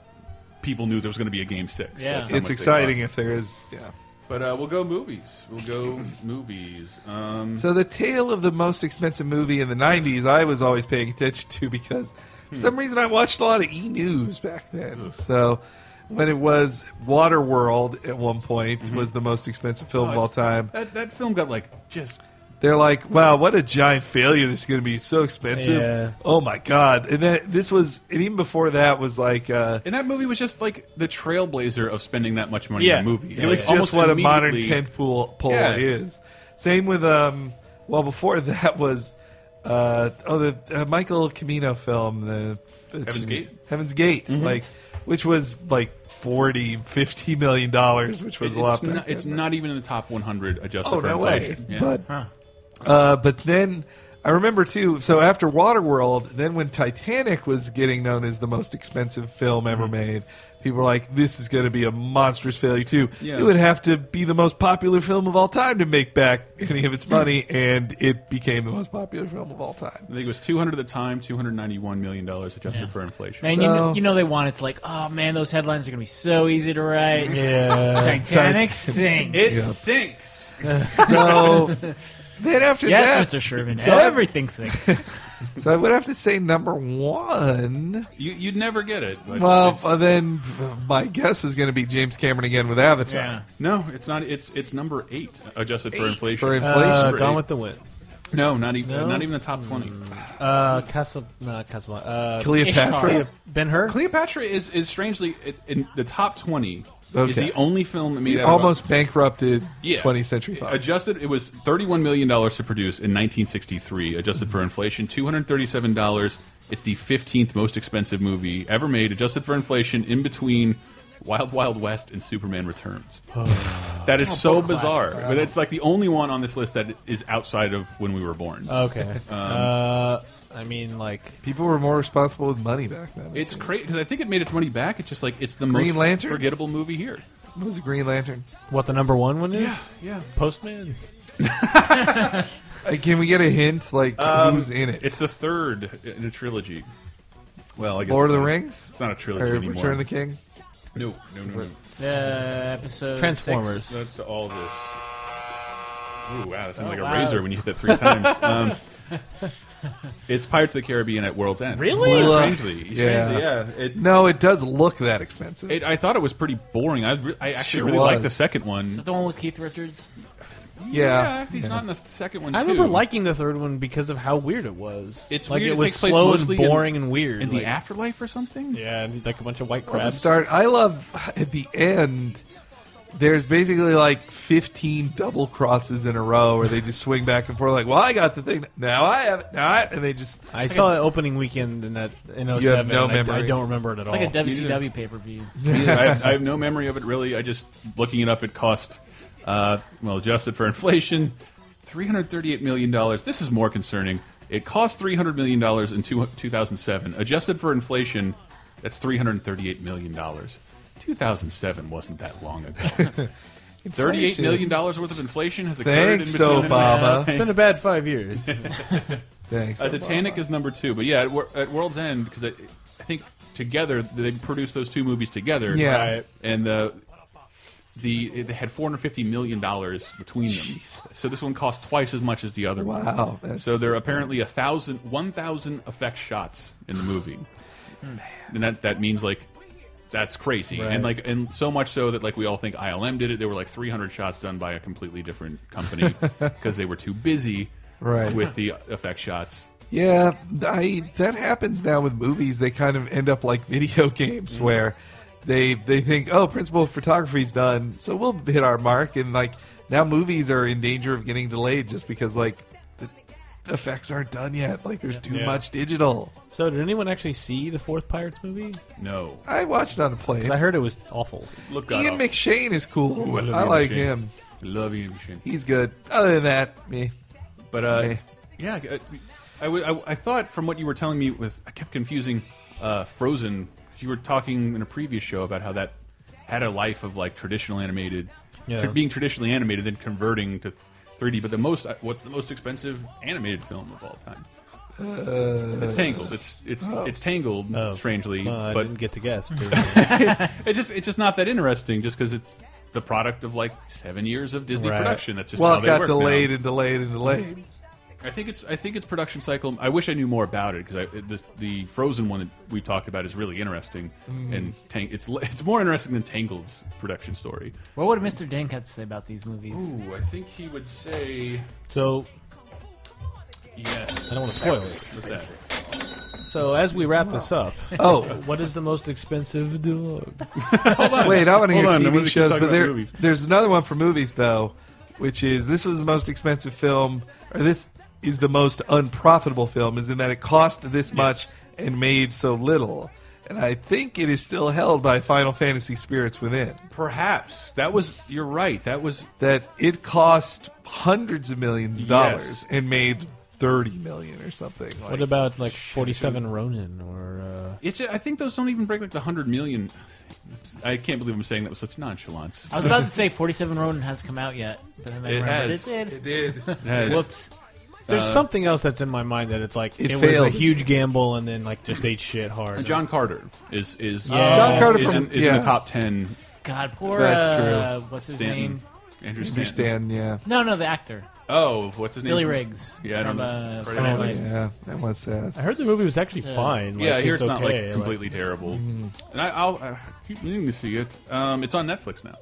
S3: people knew there was going to be a Game Six.
S5: Yeah.
S3: That's how
S5: It's
S3: much they
S5: exciting
S3: cost.
S5: if there is- yeah.
S3: But uh, we'll go movies. We'll go movies. Um,
S5: So the tale of the most expensive movie in the '90s, I was always paying attention to because
S3: Hmm.
S5: for some reason I watched a lot of E News back then. So when it was Waterworld at one point
S3: Mhm.
S5: was the most expensive
S3: oh,
S5: film of all
S3: it's-
S5: time.
S3: That, that film got like just
S5: They're like, wow, what a giant failure! This is going to be so expensive.
S3: Yeah.
S5: Oh my god! And that this was, and even before that was like, uh,
S3: And that movie was just like the trailblazer of spending that much money
S5: yeah,
S3: on a movie.
S5: It was just
S3: almost
S5: what a modern
S3: immediately-
S5: tentpole pool
S3: Yeah.
S5: is. Same with um. Well, before that was uh oh the uh, Michael Camino film the
S3: Heaven's Gate?
S5: Heaven's Gate
S3: Mm-hmm.
S5: like which was like 40 50 million dollars which was
S3: It-
S5: a lot
S3: It's,
S5: back
S3: not,
S5: then.
S3: it's not even in the top 100 adjusted
S5: Oh
S3: for
S5: no way!
S3: inflation. Yeah.
S5: But uh, but then I remember too. So after Waterworld, then when Titanic was getting known as the most expensive film ever
S3: Mm-hmm.
S5: made, people were like, "This is going to be a monstrous failure too.
S3: Yeah.
S5: It would have to be the most popular film of all time to make back any of its money, and it became the most popular film of all time."
S3: I think it was 200 at the time, 291 million dollars adjusted for inflation.
S6: And you, know, you know they wanted to like, oh man, those headlines are gonna be so easy to write.
S3: Yeah.
S6: Titanic
S3: Titan-
S6: sinks.
S3: It Yeah. sinks.
S5: So then after
S6: yes,
S5: that,
S6: Mr. Sherman,
S5: so-
S6: everything sinks.
S5: so I would have to say number one.
S3: you, you'd never get it. Like,
S5: well,
S3: it's-
S5: uh, then uh, my guess is going to be James Cameron again with Avatar.
S3: No, it's not. It's it's number eight adjusted for
S5: Eight
S3: inflation.
S5: for inflation. Uh,
S3: Number
S5: Gone
S3: eight.
S5: with
S4: the Wind.
S3: No, not even
S4: No?
S3: not even the top 20.
S4: Uh, Casab not Casablanca. Uh,
S3: Cleopatra.
S4: Cleo- Ben Hur.
S3: Cleopatra is is strangely in, in the top 20.
S5: Okay.
S3: Is the only film that made
S5: It
S3: out of-
S5: almost bankrupted
S3: Yeah. Uh,
S5: 20th Century Fox.
S3: Adjusted, it was thirty-one million dollars to produce in 1963. Adjusted for inflation, two hundred thirty-seven dollars. It's the fifteenth most expensive movie ever made, adjusted for inflation, in between Wild Wild West and Superman Returns. that is
S4: Oh,
S3: so
S4: both
S3: bizarre,
S4: classics.
S3: but it's like the only one on this list that is outside of when we were born.
S5: Uh,
S4: Okay.
S3: Um,
S4: uh, I mean, like
S5: people were more responsible with money back then.
S3: it's crazy because I think it made its money back. It's just like it's the
S5: Green
S3: most
S5: Lantern?
S3: forgettable movie here.
S5: What was the Green Lantern?
S4: What the number one one is? Yeah,
S3: yeah.
S4: Postman.
S5: Uh, Can we get a hint? Like
S3: Um,
S5: who's in it?
S3: It's the third in a trilogy. Well, I guess
S5: Lord of
S3: it's
S5: the
S3: not-
S5: Rings?
S3: It's not a trilogy
S5: Or
S3: anymore.
S5: Return of the King?
S3: No, no, no, no.
S6: Uh, episode
S4: Transformers.
S6: six.
S3: That's all this. Ooh, wow, that sounds
S6: Oh,
S3: like a
S6: wow.
S3: razor when you hit that three times. Um, it's Pirates of the Caribbean at World's End.
S6: Really?
S3: Strangely,
S5: uh, Yeah.
S3: strangely, yeah. It,
S5: no, it does look that expensive.
S3: it, I thought it was pretty boring. I, re- I actually
S5: Sure
S3: really liked the
S5: was.
S3: second one.
S6: Is that the one with Keith Richards?
S3: Yeah, if he's not in the second one,
S4: I remember
S3: too.
S4: liking the third one because of how weird it was.
S3: It's
S4: like
S3: weird.
S4: it was
S3: takes place
S4: slow and
S3: mostly
S4: boring
S3: in,
S4: and weird.
S3: in
S4: like,
S3: the afterlife or something.
S4: Yeah, and like a bunch of white
S5: From the
S4: crabs.
S5: start, I love at the end there's basically like 15 double crosses in a row where they just swing back and forth like, well, I got the thing. Now I have it. Now I, and they just.
S4: I saw it opening weekend in that in
S5: You have
S4: 07.
S5: no
S4: and I- I,
S5: memory.
S4: don't remember it at
S6: It's
S4: all.
S3: Oh,
S6: like a WCW pay per view.
S3: Yeah, I, have, I have no memory of it really. I just looking it up. It cost, uh, well, adjusted for inflation, three hundred thirty-eight million dollars. This is more concerning. It cost three hundred million dollars in two, 2007. Adjusted for inflation, that's three hundred thirty-eight million dollars. 2007 wasn't that long ago. Thirty-eight million dollars worth of inflation has occurred
S5: Thanks,
S3: in between.
S5: Obama.
S4: It's been a bad five years.
S5: Thanks.
S3: Uh, Titanic is number two, but yeah, at, Wor- at World's End because I, I think together they produced those two movies together.
S5: Yeah. Right.
S3: and the the they had 450 million dollars between them. So this one cost twice as much as the other one.
S5: Wow, that's-
S3: So there are apparently a thousand, one thousand effect shots in the movie, and that that means like. That's crazy,
S13: Right.
S3: and like, and so much so that like we all think ILM did it. There were like 300 shots done by a completely different company because they were too busy
S5: Right.
S3: with the effect shots.
S5: Yeah, I that happens now with movies. They kind of end up like video games
S3: Mhm.
S5: where they they think, "Oh, principal photography's done, so we'll hit our mark." And like now, movies are in danger of getting delayed just because like the effects aren't done yet. Like there's too
S4: Yeah.
S5: much digital.
S4: So, did anyone actually see the fourth Pirates movie?
S3: No,
S5: I watched it on a plane.
S4: 'Cause I heard it was awful.
S3: Look,
S5: Ian McShane is cool.
S3: Ooh, I love
S5: I
S3: Ian
S5: like
S3: McShane.
S5: him.
S3: Love Ian McShane.
S5: He's good. Other than that, me.
S3: But uh,
S5: Meh.
S3: yeah, I, I, would- I- I thought from what you were telling me with, I kept confusing uh, Frozen. 'cause You were talking in a previous show about how that had a life of like traditional animated,
S13: Yeah.
S3: tr- being traditionally animated, then converting to 3D. But the most, uh, what's the most expensive animated film of all time?
S5: Uh,
S3: it's Tangled. It's it's
S13: oh.
S3: it's Tangled.
S13: Oh.
S3: Strangely,
S13: Well, I
S3: but
S13: didn't get to guess.
S3: it's just it's just not that interesting. Just because it's the product of like seven years of Disney
S5: Right.
S3: production. That's just
S5: Well,
S3: how
S5: it
S3: they
S5: got
S3: work
S5: delayed
S3: now.
S5: and delayed and delayed.
S3: I think it's I think it's production cycle. I wish I knew more about it because the the Frozen one that we talked about is really interesting
S5: Mm-hmm.
S6: Mm.
S3: and tang it's le- it's more interesting than Tangled's production story.
S6: What would Mr. Dink have to say about these movies?
S3: Ooh, I think he would say
S4: So,
S3: yes.
S4: I don't want to spoil it. So, as we wrap this up,
S5: Oh.
S4: what is the most expensive dog?
S5: Wait, I want to hear
S4: Hold on, I'm
S5: TV
S4: gonna keep
S5: shows,
S4: talking
S5: but
S4: about
S5: there,
S4: movies.
S5: there's another one for movies though, which is this was the most expensive film, or this is the most unprofitable film, is in that it cost this much and made so little, and I think it is still held by Final Fantasy Spirits Within.
S3: Perhaps that was you're right. That was
S5: That it cost hundreds of millions of dollars and made thirty million or something.
S4: What about like forty-seven Ronin or? Uh,
S3: It's I think those don't even break like the hundred million. I can't believe I'm saying that with such nonchalance.
S6: I was about to say 47 Ronin hasn't come out yet, but then I
S3: It
S6: remembered
S3: has.
S6: it did.
S5: It did. It
S3: has.
S6: Whoops.
S4: There's
S3: Uh,
S4: something else that's in my mind that it's like
S3: It
S4: it, was a
S3: failed.
S4: huge gamble and then like just ate shit hard.
S3: And John Carter is is
S4: Yeah. John Carter
S3: is,
S4: from-
S3: in, is in
S4: yeah.
S3: the top ten.
S6: God, poor.
S3: That's
S6: uh,
S3: true.
S6: What's his
S3: Stanton.
S6: name?
S3: Andrew
S5: Andrew
S3: Stanton.
S5: Stanton, yeah.
S6: No, no, the actor.
S3: Oh, what's his name?
S6: Billy Riggs.
S3: Yeah, I don't
S6: from,
S3: know.
S6: Uh, Friday Night Lights.
S5: Yeah, that was sad.
S4: I heard the movie was actually
S6: Yeah.
S4: fine.
S3: yeah,
S4: like,
S3: here it's, not
S4: okay,
S3: like completely terrible. And I, I'll I keep needing to see it. Um, it's on Netflix now.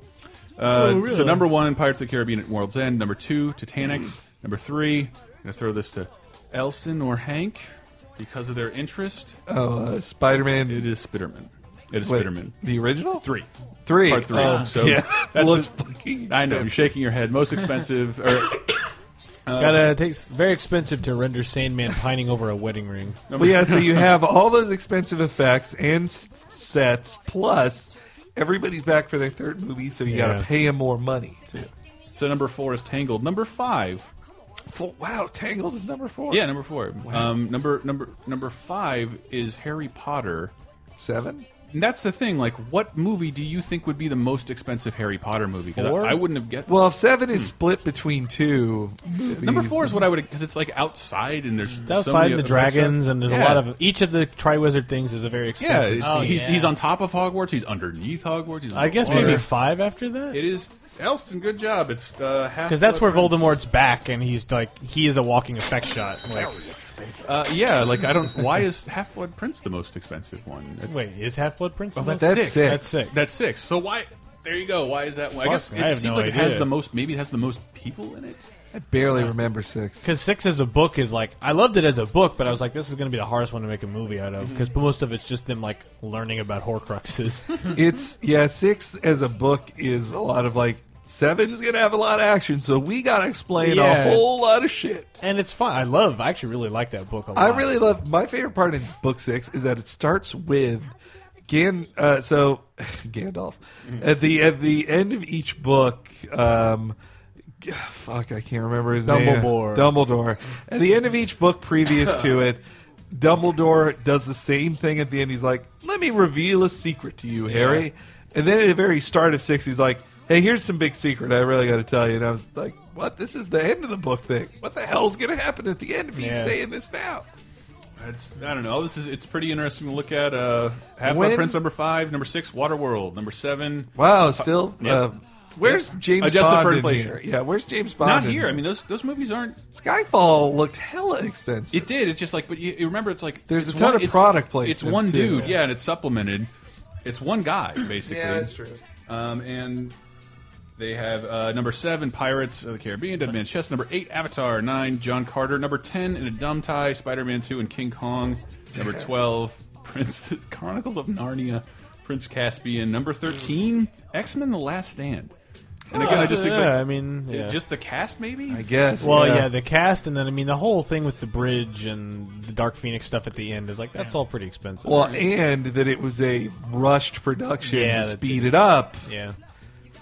S3: Uh,
S13: Oh, really?
S3: So number one, Pirates of the Caribbean at World's End. Number two, Titanic. number three, I'm gonna throw this to Elston or Hank because of their interest.
S5: Oh, uh, Spider-Man.
S3: It is Spiderman. It is
S5: Wait,
S3: Spiderman.
S5: The original
S3: three,
S5: Three.
S3: part three.
S5: Oh,
S3: so
S5: yeah.
S3: that's
S5: Looks
S3: the-
S5: fucking
S3: I know you're
S5: expensive.
S3: shaking your head. Most expensive. or, uh,
S4: Gotta takes very expensive to render Sandman pining over a wedding ring.
S5: Well, yeah, so you have all those expensive effects and s- sets, plus everybody's back for their third movie, so you got
S3: Yeah.
S5: to pay them more money. Too.
S3: So number four is Tangled. Number five.
S5: Full, wow, Tangled is number four.
S3: Yeah, number four. Um, number number number five is Harry Potter.
S5: Seven.
S3: And that's the thing. Like, what movie do you think would be the most expensive Harry Potter movie? 'Cause
S5: Four?
S3: I, I wouldn't have guessed.
S5: Well, if seven is split between two,
S3: number four is what I would because it's like outside and there's
S4: It's out
S3: so
S4: fighting
S3: many
S4: the
S3: effects
S4: dragons,
S3: shots.
S4: and there's
S3: Yeah.
S4: a lot of each of the Triwizard things is a very
S3: Yeah,
S4: expensive.
S3: it's- he's he's on top of Hogwarts. He's underneath Hogwarts. He's
S4: I guess
S3: underwater.
S4: maybe five after that,
S3: It is Elston. Good job. It's uh, half
S4: because that's
S3: the
S4: where
S3: price.
S4: Voldemort's back, and he's like he is a walking effect shot. Like,
S3: Uh, yeah, like I don't. Why is Half Blood Prince the most expensive one? It's-
S4: wait, is Half Blood Prince?
S3: Oh,
S4: the
S3: that's,
S4: most-
S3: six.
S4: That's six.
S3: That's six. So why? There you go. Why is that one? I
S4: Fuck,
S3: guess it
S4: I have
S3: seems
S4: no
S3: like it has
S4: idea.
S3: the most. Maybe it has the most people in it.
S5: I barely remember six.
S4: Because six as a book is like I loved it as a book, but I was like, this is going to be the hardest one to make a movie out
S3: Mm-hmm.
S4: of because most of it's just them like learning about Horcruxes.
S5: it's yeah, six as a book is a lot of like seven's gonna have a lot of action, so we gotta explain
S4: Yeah.
S5: a whole lot of shit.
S4: and it's fun. I love. I actually really like that book a lot.
S5: I really love my favorite part in book six is that it starts with Gan. Uh, so Gandalf
S4: Mm-hmm.
S5: at the at the end of each book. Um, g- fuck, I can't remember his name.
S4: Dumbledore.
S5: Dumbledore. At the end of each book previous to it, Dumbledore does the same thing at the end. He's like, "Let me reveal a secret to you, Harry." And then at the very start of six, he's like, "Hey, here's some big secret I really got to tell you." And I was like, "What? This is the end of the book thing. What the hell's gonna happen at the end if he's
S3: Yeah.
S5: saying this now?"
S3: It's, I don't know. This is it's pretty interesting to look at. Uh, Half Blood
S5: When-
S3: Prince number five, number six, Waterworld number seven.
S5: Wow, still,
S3: Yep.
S5: uh, where's
S3: Yep.
S5: James
S3: Adjusted
S5: Bond
S3: for
S5: in
S3: inflation?
S5: here? Yeah, where's James Bond
S3: Not
S5: in
S3: here.
S5: here?
S3: I mean, those those movies aren't.
S5: Skyfall looked hella expensive.
S3: It did. It's just like, but you, you remember, it's like
S5: There's
S3: it's
S5: a ton of
S3: it's-
S5: product placement,
S3: It's one
S5: too.
S3: dude,
S5: Yeah.
S3: yeah. and it's supplemented. It's one guy basically.
S5: Yeah, that's true.
S3: Um, and they have uh, number seven, Pirates of the Caribbean, Dead Man's Chest. Number eight, Avatar. Nine, John Carter. Number ten, In a Dumb Tie, Spider-Man Two, and King Kong. Number twelve, Prince Chronicles of Narnia, Prince Caspian. Number thirteen, X-Men: The Last Stand. And
S4: Oh,
S3: again, I just think,
S4: yeah,
S3: like,
S4: I mean, yeah.
S3: just the cast, maybe. I
S4: Well, yeah. the cast, and then I mean, the whole thing with the bridge and the Dark Phoenix stuff at the end is like that's all pretty expensive.
S5: Well, and that it was a rushed production
S4: Yeah,
S5: to
S4: that's
S5: speed
S4: it.
S5: it up.
S4: Yeah.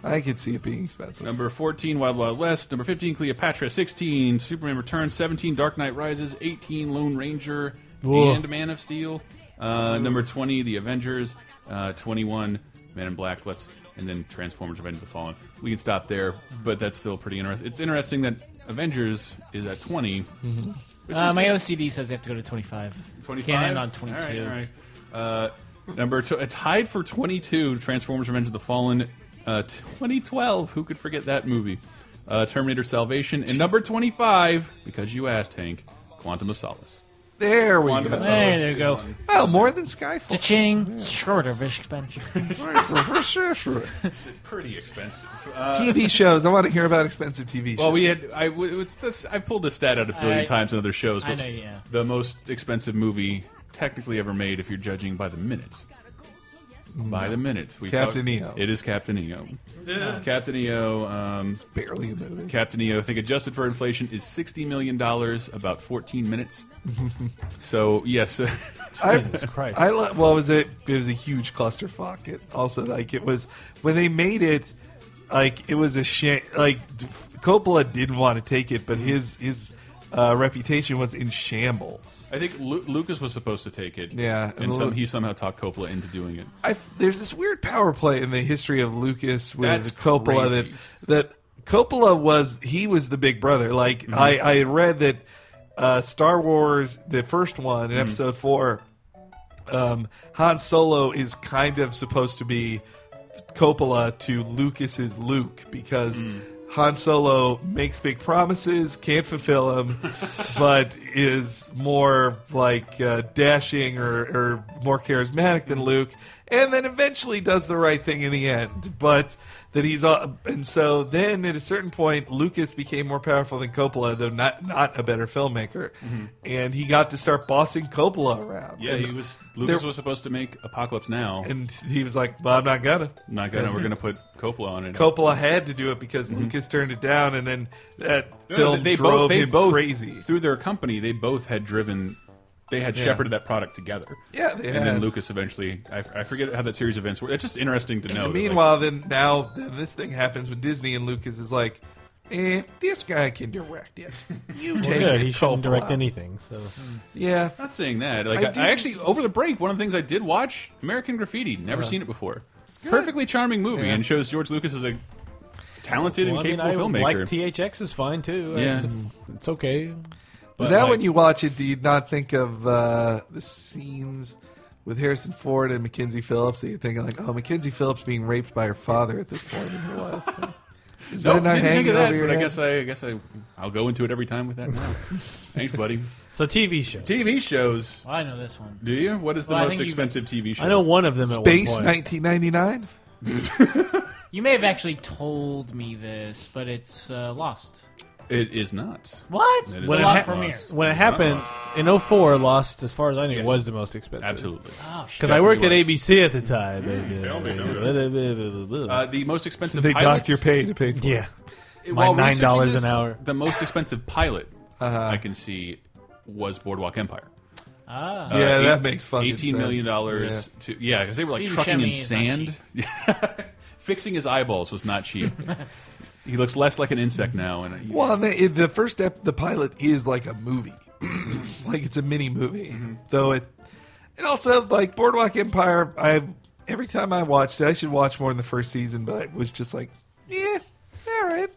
S5: I could see it being expensive.
S3: Number 14, Wild Wild West. Number 15, Cleopatra. 16, Superman Returns. 17, Dark Knight Rises. 18, Lone Ranger
S4: Whoa.
S3: and Man of Steel. Uh, number 20, The Avengers. Uh, 21, Men in Black. Let's and then Transformers: Revenge of the Fallen. We can stop there, but that's still pretty interesting. It's interesting that Avengers is at 20. which
S6: Uh,
S3: is-
S6: my OCD says they have to go to 25.
S3: 25?
S6: Can't end on
S3: All right,
S6: 22.
S3: all right. Uh, number two, uh, tied for 22, Transformers Revenge of the Fallen, uh, 2012. Who could forget that movie? Uh, Terminator Salvation. And number 25, because you asked, Hank, Quantum of Solace.
S5: There we
S3: Quantum
S5: go.
S3: of Solace
S6: There you
S3: is
S6: go.
S3: on.
S5: Oh, more than Skyfall.
S6: Cha-ching. Shorter of expenditure.
S5: for, for sure, sure.
S3: It's pretty expensive. Uh,
S5: TV shows. I want to hear about expensive TV shows.
S3: Well, we had I, w- it's, that's, I pulled this stat out a billion
S5: I-
S3: times in other shows.
S5: I
S3: but
S5: know, yeah.
S3: The most expensive movie technically ever made, if you're judging by the minutes. By the minutes,
S5: Captain E
S3: talked-
S5: EO.
S3: It is Captain EO.
S5: Yeah.
S3: Captain EO. Um,
S5: barely a movie.
S3: Captain EO. I think adjusted for inflation is sixty million dollars, about fourteen minutes. so yes,
S5: I, I lo- well, it was it? It was a huge clusterfuck. It also like it was when they made it, like it was a shame. Like D- Coppola didn't want to take it, but his his uh, reputation was in shambles.
S3: I think Lu Lucas was supposed to take it.
S5: Yeah,
S3: and,
S5: and
S3: some,
S5: Lu-
S3: he somehow talked Coppola into doing it.
S5: I f there's this weird power play in the history of Lucas with
S3: That's
S5: Coppola
S3: crazy.
S5: that that Coppola was he was the big brother. Like
S3: Mhm.
S5: I I read that uh, Star Wars the first one in
S3: Mhm.
S5: Episode Four, um, Han Solo is kind of supposed to be Coppola to Lucas's Luke because.
S3: Hmm.
S5: Han Solo makes big promises, can't fulfill them, but is more like uh, dashing or, or more charismatic than Luke, and then eventually does the right thing in the end. But that he's uh, and so then at a certain point, Lucas became more powerful than Coppola, though not not a better filmmaker,
S3: Mhm.
S5: and he got to start bossing Coppola around.
S3: Yeah,
S5: And
S3: he was Lucas
S5: there-
S3: was supposed to make Apocalypse Now,
S5: and he was like, "Well, I'm not gonna,
S3: not gonna. We're gonna put Coppola on it.
S5: Coppola had to do it because Lucas turned it down, and then that
S3: Mm-hmm. No, no,
S5: film
S3: they
S5: drove
S3: both, they
S5: him
S3: both,
S5: crazy.
S3: through their company. They both had driven. They had
S5: Yeah.
S3: shepherded that product together.
S5: Yeah, they
S3: and
S5: had.
S3: then Lucas eventually. I, I forget how that series of events were. It's just interesting to know. that, like,
S5: Meanwhile, then now then this thing happens with Disney, and Lucas is like, eh, "This guy can direct it. You
S4: Well,
S5: take
S4: good,
S5: it."
S4: he shouldn't
S5: Coppola."
S4: direct anything, so.
S5: yeah,
S3: not saying that. Like
S5: I
S3: I,
S5: do-
S3: I actually over the break, one of the things I did watch American Graffiti. Never
S5: Yeah.
S3: seen it before. Perfectly charming movie
S4: Yeah.
S3: and shows George Lucas as a talented
S4: Well,
S3: and
S4: I mean,
S3: capable
S4: I
S3: filmmaker.
S4: Like THX is fine too.
S3: Yeah.
S4: It's, Mm-hmm. it's okay.
S5: But now, when you watch it, do you not think of uh, the scenes with Harrison Ford and Mackenzie Phillips? That you think like, "Oh, Mackenzie Phillips being raped by her father at this point in her life." Is
S3: No,
S5: that not
S3: didn't think
S5: hanging
S3: of
S5: over
S3: that,
S5: your
S3: but
S5: head?
S3: I guess I, I guess I, I'll go into it every time with that. Now. Thanks, buddy.
S4: So TV shows.
S3: TV shows.
S6: I know this one.
S3: Do you? What is the
S6: Well, I
S3: most
S6: think you-
S3: expensive TV show?
S4: I know one of them at
S5: Space
S4: one point.
S5: 1999.
S6: You may have actually told me this, but it's uh, Lost.
S3: It is not.
S6: What?
S3: It is
S4: When it,
S3: not
S4: ha-
S3: lost.
S4: when it
S3: is
S4: happened
S3: not.
S4: in 04, Lost, as far as I knew,
S3: Yes.
S4: was the most expensive.
S3: Absolutely. Oh, shit.
S4: Because I worked at
S3: Definitely
S4: ABC at the time.
S3: me, Uh, the most expensive.
S4: They
S3: pilot-
S4: docked your pay to pay for it. Yeah.
S3: It-
S4: My
S3: while
S4: $9
S3: researching
S4: an
S3: this,
S4: hour.
S3: The most expensive pilot
S5: Uh-huh.
S3: I can see was Boardwalk Empire.
S6: Ah.
S3: Uh,
S5: Yeah,
S3: eight-
S5: that makes fucking
S3: eighteen million dollars.
S5: sense.
S3: To, yeah, because they were like
S6: Steve
S3: trucking in
S6: Buscemi is not
S3: sand. Fixing his eyeballs was not cheap. he looks less like an insect now, and uh,
S5: Well, and the, the first ep, the pilot is like a movie, like it's a mini movie.
S3: Mm-hmm.
S5: Though it, and also like Boardwalk Empire. I every time I watched it, I should watch more in the first season, but it was just like Yeah. All right.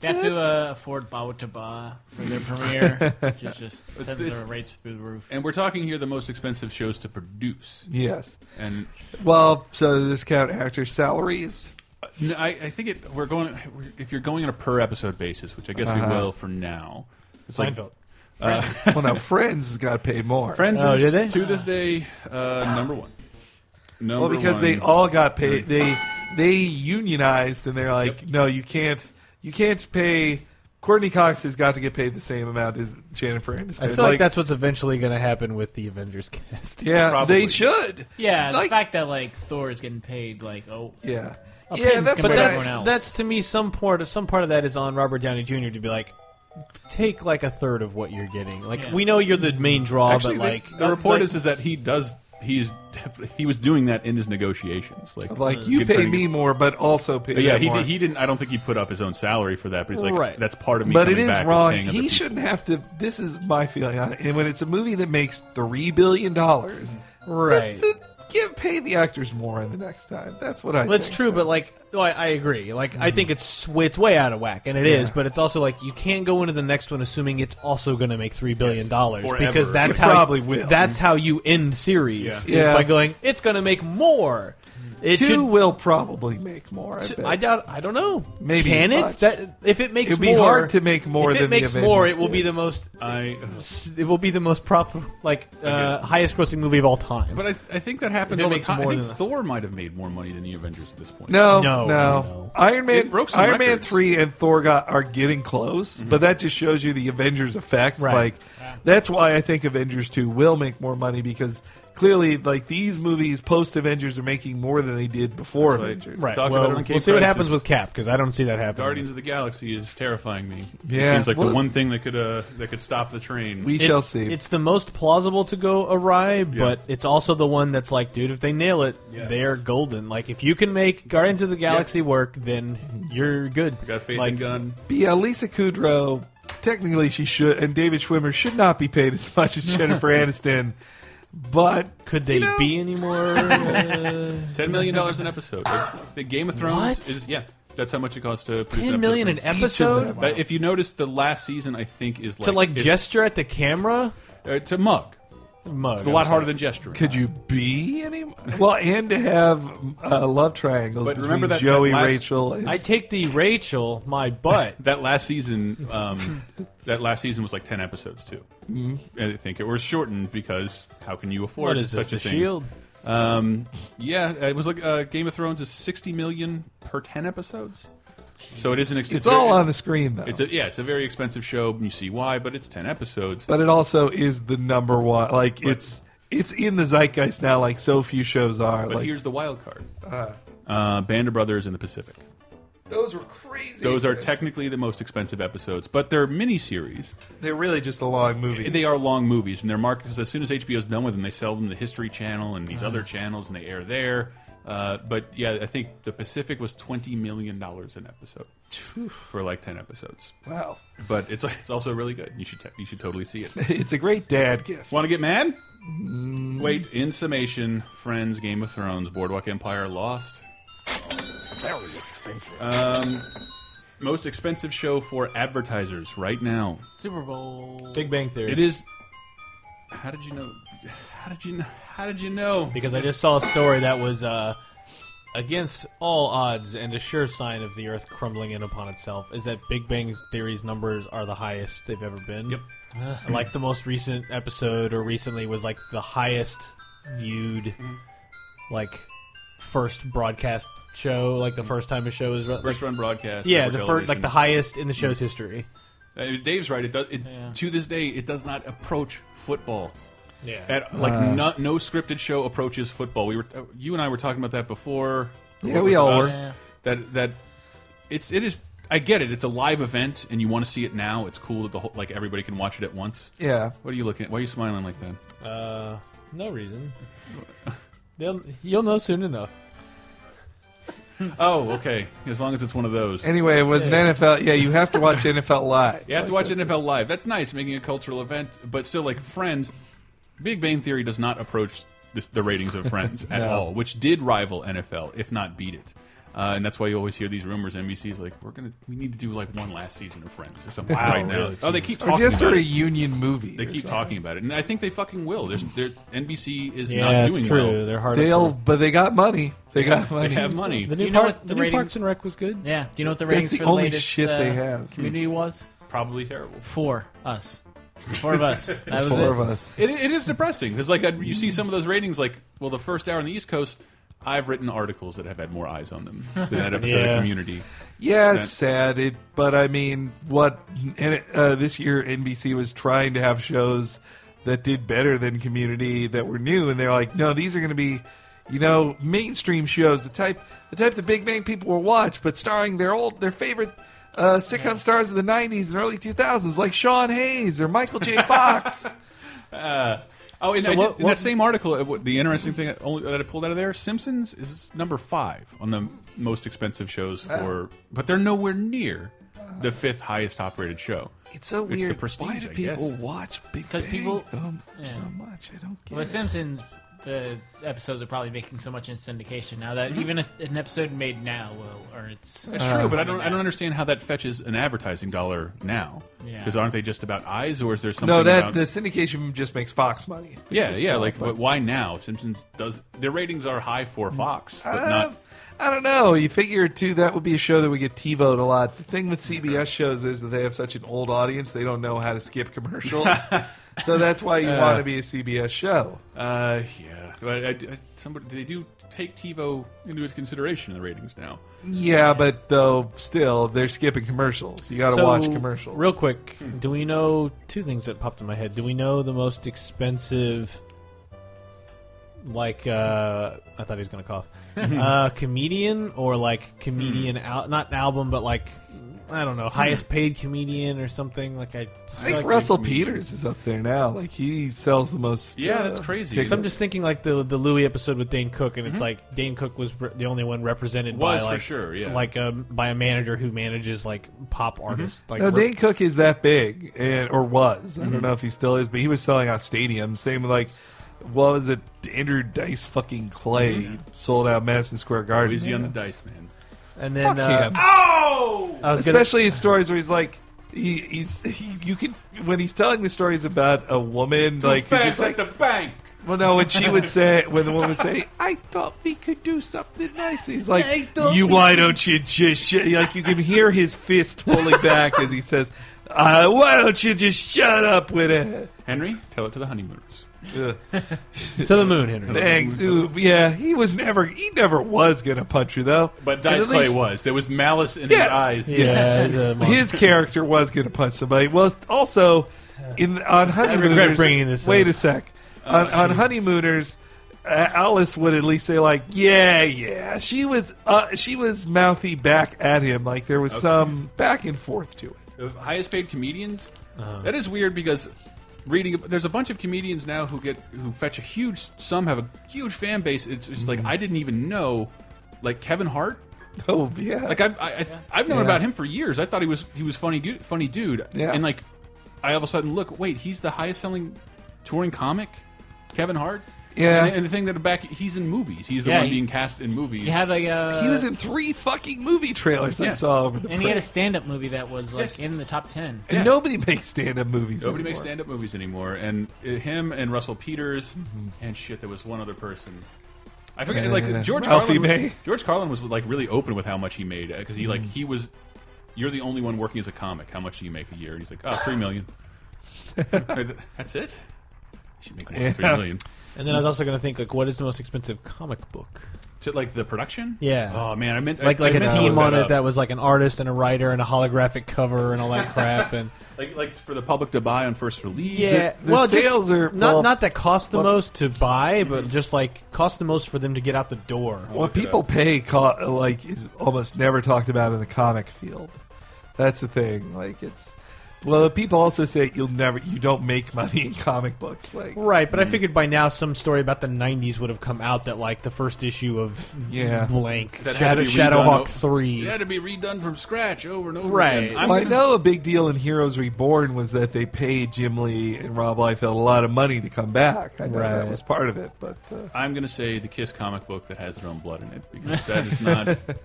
S6: They have to uh, afford Bawa to Ba for their premiere, which is just sends their rates through the roof.
S3: And we're talking here the most expensive shows to produce.
S5: Yes.
S3: and
S5: Well, so does this count actor salaries?
S3: No, I, I think it, we're going. we're- if you're going on a per episode basis, which I guess
S5: Uh-huh.
S3: we will for now,
S5: Seinfeld. Friends. Well, now Friends got paid more.
S3: Friends,
S5: Oh,
S3: is,
S5: did they?
S3: to this day uh, number one. Number
S5: well, Oh, because
S3: one.
S5: they all got paid. They they unionized, and they're like, no, you can't, you can't pay. Courtney Cox has got to get paid the same amount as Jennifer Aniston.
S4: I feel like, that's what's eventually going to happen with the Avengers cast.
S5: Yeah, they should.
S6: Yeah, the
S5: Like-
S6: fact that like Thor is getting paid like oh
S5: Yeah.
S6: a
S5: Yeah,
S6: pittance
S5: that's
S6: compared
S4: but
S6: to
S4: that's,
S6: everyone else.
S4: that's to me some part of some part of that is on Robert Downey Jr. to be like, take like a third of what you're getting. Like
S3: Yeah.
S4: we know you're the main draw,
S3: Actually,
S4: but like uh,
S3: the, the report
S4: like-
S3: is is that he does. He's he was doing that in his negotiations. Like
S5: Like, you pay me more, but also pay
S3: Yeah,
S5: them
S3: he
S5: more.
S3: did- he didn't. I don't think he put up his own salary for that, but he's like,
S5: Right.
S3: that's part of me.
S5: But it
S3: coming
S5: is
S3: back,
S5: wrong.
S3: paying other
S5: He
S3: people.
S5: shouldn't have to. This is my feeling on it. And when it's a movie that makes three billion dollars,
S4: Right.
S5: th- give pay the actors more in the next time. That's what I.
S4: Well, it's
S5: think.
S4: true, but like, oh, I, I agree. Like, I think it's it's way out of whack, and it is.
S5: Yeah.
S4: But it's also like you can't go into the next one assuming it's also going to make three billion dollars
S5: Forever.
S4: because that's
S5: It
S4: how
S5: probably will.
S4: That's how you end series
S5: Yeah.
S4: is
S5: Yeah.
S4: by going. It's going to make more. It
S5: Two
S4: should-
S5: will probably make more. I,
S4: Two-
S5: bet.
S4: I doubt. I don't know.
S5: Maybe
S4: can
S5: much.
S4: it? That if it makes
S5: It'd be
S4: more,
S5: hard to make more
S4: If it
S5: than the
S4: makes more,
S5: Avengers
S4: it will be
S5: did.
S4: the most. I. It will be the most profitable, like uh, highest grossing movie of all time.
S3: But I, I think that happens
S4: If it
S3: all the
S4: makes
S3: time. I
S4: more
S3: think
S4: than-
S3: Thor might have made more money than the Avengers at this point.
S5: No, no, Iron Man,
S3: It broke some
S5: Iron Man
S3: records. Mm-hmm.
S5: three and Thor got are getting close, but that just shows you the Avengers effect. Like that's why I think Avengers two will make more money because clearly, like these movies post Avengers are making more than they did before
S3: That's what I
S5: Avengers.
S3: Right.
S4: Well,
S3: Talked about it on
S4: we'll
S3: Cape
S4: see what
S3: Crisis.
S4: happens with Cap because I don't see that happening.
S3: Guardians of the Galaxy is terrifying me.
S4: Yeah,
S3: it seems like
S4: well-
S3: the one thing that could uh, that could stop the train.
S4: It's- It's the most plausible to go awry, but it's also the one that's like, dude, if they nail it,
S3: Yeah.
S4: they're golden. Like, if you can make Guardians of the Galaxy work, then you're good.
S3: got faith
S4: like,
S3: in gun.
S5: But yeah, Lisa Kudrow. Technically, she should, and David Schwimmer should not be paid as much as Jennifer Aniston. But
S4: could they be any more? uh,
S3: Ten million dollars an episode. Like, the Game of Thrones
S4: What?
S3: is yeah. That's how much it costs to produce.
S4: 10
S3: an
S4: million
S3: episode.
S4: an Each of episode? them.
S3: But if you notice, the last season I think is like
S4: to like
S3: is-
S4: gesture at the camera,
S3: uh, to mug.
S4: Mug,
S3: It's a lot
S4: I'm
S3: harder
S4: sorry.
S3: than gesturing.
S5: Could you be any? Well, and to have uh, love triangles
S3: But
S5: between
S3: remember that that
S5: Joey,
S3: last-
S5: Rachel, and
S4: I take the Rachel, my butt.
S3: that last season, um, that last season was like ten episodes too.
S4: Mhm.
S3: I think it was shortened because how can you afford
S4: What is
S3: such
S4: this,
S3: a
S4: The
S3: thing?
S4: Shield?
S3: Um, yeah, it was like uh, Game of Thrones is sixty million per ten episodes. So it is an. Ex
S5: It's all on the screen, though.
S3: It's a, yeah, it's a very expensive show. You see why, but it's ten episodes.
S5: but it also is the number one. Like it's it's in the zeitgeist now. Like so few shows are.
S3: But
S5: like
S3: here's the wild card:
S5: Uh.
S3: uh, Band of Brothers and the Pacific.
S5: those were crazy.
S3: Those are
S5: episodes.
S3: technically the most expensive episodes, but they're miniseries.
S5: They're really just a long movie.
S3: They are long movies, and they're marked because as soon as HBO's done with them, they sell them to History Channel and these
S5: Ah.
S3: other channels, and they air there. Uh, but yeah, I think the Pacific was twenty million dollars an episode for like ten episodes.
S5: Wow.
S3: But it's it's also really good. You should te- you should totally see it.
S5: it's a great dad gift.
S3: Want to get mad?
S4: Mm.
S3: Wait. In summation, Friends, Game of Thrones, Boardwalk Empire, Lost.
S12: Very expensive.
S3: Um, most expensive show for advertisers right now.
S6: Super Bowl.
S4: Big Bang Theory.
S3: It is. How did you know? How did you know? How did you know?
S4: because I just saw a story that was uh, against all odds and a sure sign of the Earth crumbling in upon itself is that Big Bang Theory's numbers are the highest they've ever been. Yep. like the most recent episode or recently was like the highest viewed,
S3: Mm-hmm.
S4: like first broadcast show, like the first time a show was
S3: First run broadcast,
S4: Yeah,
S3: network
S4: the first like
S3: television. Mm-hmm.
S4: the highest in the show's history.
S3: Uh, Dave's right. It does. It, To this day, it does not approach football.
S4: Yeah.
S3: At, like
S5: Uh.
S3: no, no scripted show approaches football. We were uh, you and I were talking about that before.
S5: Yeah,
S3: What
S5: we
S3: was
S5: all
S3: about
S5: were.
S3: us? That that it's it is. I get it. It's a live event, and you want to see it now. It's cool that the whole like everybody can watch it at once.
S5: Yeah.
S3: What are you looking at? Why are you smiling like that?
S4: Uh, no reason. They'll, you'll know soon enough.
S3: Oh, okay. As long as it's one of those.
S5: Anyway, it was an NFL. Yeah, you have to watch NFL live.
S3: You have to watch NFL live. That's nice, making a cultural event, but still, like Friends, Big Bang Theory does not approach this, the ratings of Friends at
S5: No.
S3: all, which did rival NFL, if not beat it. Uh, and that's why you always hear these rumors. NBC's like, we're gonna, we need to do like one last season of Friends or something
S5: Wow,
S3: right now.
S5: really?
S3: Oh, they keep
S5: Or
S3: talking
S5: just a
S3: about it.
S5: reunion movie
S3: They
S5: or
S3: keep
S5: something.
S3: talking about it, and I think they fucking will. There's, there, NBC is
S4: Yeah,
S3: not
S4: it's
S3: doing
S4: true.
S3: well.
S4: They're hard
S5: They'll, but they got money. They got
S3: They
S5: money.
S3: have money.
S4: The new,
S6: you know
S4: park,
S6: what
S4: the
S6: the
S4: new
S6: rating-
S4: Parks and Rec was good.
S6: Yeah. Do you know what the
S5: That's
S6: ratings
S5: the
S6: for the
S5: only
S6: latest,
S5: shit
S6: uh,
S5: they have.
S6: Community was
S3: Probably terrible.
S6: four us, four of us. That was
S5: Four
S6: it.
S5: of us.
S3: It, it is depressing because like I, you see some of those ratings like well the first hour on the East Coast I've written articles that have had more eyes on them than that episode
S5: Yeah.
S3: of Community.
S5: Yeah,
S3: That-
S5: it's sad. It, but I mean, what and it, uh, this year NBC was trying to have shows that did better than Community that were new, and they're like, no, these are going to be, you know, mainstream shows, the type, the type the Big Bang people will watch, but starring their old, their favorite. Uh, sitcom stars of the '90s and early 2000s, like Sean Hayes or Michael J. Fox.
S3: Uh, oh, and
S5: So
S3: I did-
S5: what-
S3: in
S5: what-
S3: that same article, uh, what- the interesting thing that only- that I pulled out of there, Simpsons is number five on the most expensive shows
S5: Wow.
S3: for, but they're nowhere near the fifth highest top rated show.
S5: It's so
S3: It's the
S5: weird.
S3: prestige.
S5: Why do
S3: I
S5: people
S3: guess.
S5: watch Big
S6: because
S5: Bang
S6: people
S5: so, so much. I don't get
S6: Well, The
S5: it.
S6: Simpsons, the episodes are probably making so much in syndication now that
S5: Mm-hmm.
S3: Mhm.
S6: even a, an episode made now will earn its.
S3: That's
S5: Oh.
S3: true, but I don't. I don't understand how that fetches an advertising dollar now.
S6: Yeah.
S3: Because aren't they just about eyes, or is there something?
S5: No, that
S3: about-
S5: the syndication just makes Fox money. They
S3: Yeah,
S5: just
S3: yeah.
S5: sell
S3: Like,
S5: it,
S3: but why now? Simpsons does their ratings are high for Fox, but
S5: Uh,
S3: not.
S5: I don't know. You figure too that would be a show that would get TiVoed a lot. The thing with CBS shows is that they have such an old audience; they don't know how to skip commercials. so that's why you
S3: Uh,
S5: want to be a CBS show.
S3: Uh, yeah. But I, I- somebody they do take TiVo into consideration in the ratings now.
S5: Yeah, but though still they're skipping commercials. You got to
S4: So,
S5: watch commercials.
S4: Real quick, do we know two things that popped in my head? Do we know the most expensive, like, uh, I thought he was going to cough, uh, comedian or like comedian out, not album, but like, I don't know, highest paid comedian or something? Like, I, just
S5: I
S4: feel
S5: think
S4: like
S5: Russell Peters is up there now. Like he sells the most. uh, tickets.
S4: So I'm just thinking like the the Louis episode with Dane Cook, and it's
S5: Mhm.
S4: like Dane Cook was re- the only one represented
S5: Was,
S4: by
S5: for
S4: like
S5: sure, yeah.
S4: like um, by a manager who manages like pop artists. Like
S5: no,
S4: re-
S5: Dane Cook is that big, and, or was. I
S4: Mhm.
S5: don't know if he still is, but he was selling out stadiums. Same with like, what was it? Andrew Dice fucking Clay
S4: Mm-hmm.
S5: sold out Madison
S4: Oh,
S5: Square Garden.
S3: Is he on the dice, man?
S4: And
S5: Fuck
S4: then
S5: him.
S4: uh,
S5: Oh,
S4: I was gonna-
S5: especially his stories where he's like. He, he's he, you can when he's telling the stories about a woman like you're just like
S3: the bank.
S5: well no when she would say when the woman would say I thought we could do something nice. He's like, you, why don't you just sh-? like you can hear his fist pulling back as he says, uh, "Why don't you just shut up with it?"
S3: Henry, tell it to the honeymooners.
S5: to
S4: the moon, Henry.
S5: Thanks. Ooh, yeah, he was never. He never was gonna punch you though.
S3: But
S5: And
S3: Dice
S5: at
S3: Clay
S5: least-
S3: was. There was malice in
S5: Yes.
S3: his eyes.
S5: yes. his character was gonna punch somebody. Well, also in on honeymooners.
S4: bringing this
S5: Wait
S4: up.
S5: a sec. On, on honeymooners. Uh, Alice would at least say like, "Yeah, yeah." She was, uh, she was mouthy back at him. Like there was
S3: Okay.
S5: some back and forth to it.
S3: The highest paid comedians.
S5: Uh-huh.
S3: That is weird because reading there's a bunch of comedians now who get who fetch a huge some have a huge fan base. It's just
S5: Hmm.
S3: like I didn't even know, like Kevin Hart.
S5: Oh yeah.
S3: Like I've I, I, I've known
S5: Yeah.
S3: about him for years. I thought he was he was funny gu- funny dude.
S5: Yeah.
S3: And like I all of a sudden look wait he's the highest selling touring comic, Kevin Hart.
S5: Yeah.
S3: And, and the thing that back he's in movies. He's the
S6: Yeah,
S3: one
S6: he-
S3: being cast in movies.
S6: He had like a.
S5: He was in three fucking movie trailers I saw over the.
S6: uh, And he had a
S5: press.
S6: stand-up movie that was like in the top ten.
S5: And nobody makes stand-up movies.
S3: Nobody makes
S5: anymore.
S3: stand-up movies anymore, and uh, him and Russell Peters
S4: Mm-hmm.
S3: and shit. There was one other person. I forget.
S5: Yeah.
S4: Uh,
S3: like George
S5: Ralphie
S3: Carlin.
S5: May.
S3: George Carlin was like really open with how much he made because he like
S4: Mm-hmm.
S5: Mhm.
S3: he was. You're the only one working as a comic. How much do you make a year? And he's like, oh, three million. That's it. should make more than three million.
S4: And then I was also going to think like, what is the most expensive comic book?
S3: To, like the production?
S4: Yeah.
S3: Oh man, I meant
S4: like
S3: I,
S4: like
S3: I
S4: a
S3: meant to
S4: team
S3: look
S4: on
S3: that
S4: it
S3: up.
S4: that was like an artist and a writer and a holographic cover and all that crap and
S3: like like for the public to buy on first release.
S4: yeah. well, just not not that cost the most to buy, but just like cost the most for them to get out the door.
S5: What people pay co- like is almost never talked about in the comic field. That's the thing. Like it's well, people also say you'll never you don't make money in comic books. Like
S4: Right, but I figured by now some story about the '90s would have come out that like the first issue of
S5: Yeah.
S4: blank
S5: That had
S4: Shadow
S5: to be redone
S4: Shadowhawk
S5: o-
S4: three.
S3: It had to be redone from scratch over and over again.
S5: Well, I know a big deal in Heroes Reborn was that they paid Jim Lee and Rob Liefeld a lot of money to come back. I know that
S3: Right.
S5: was part of it, but uh,
S3: I'm going to say the Kiss comic book that has their own blood in it because that is not.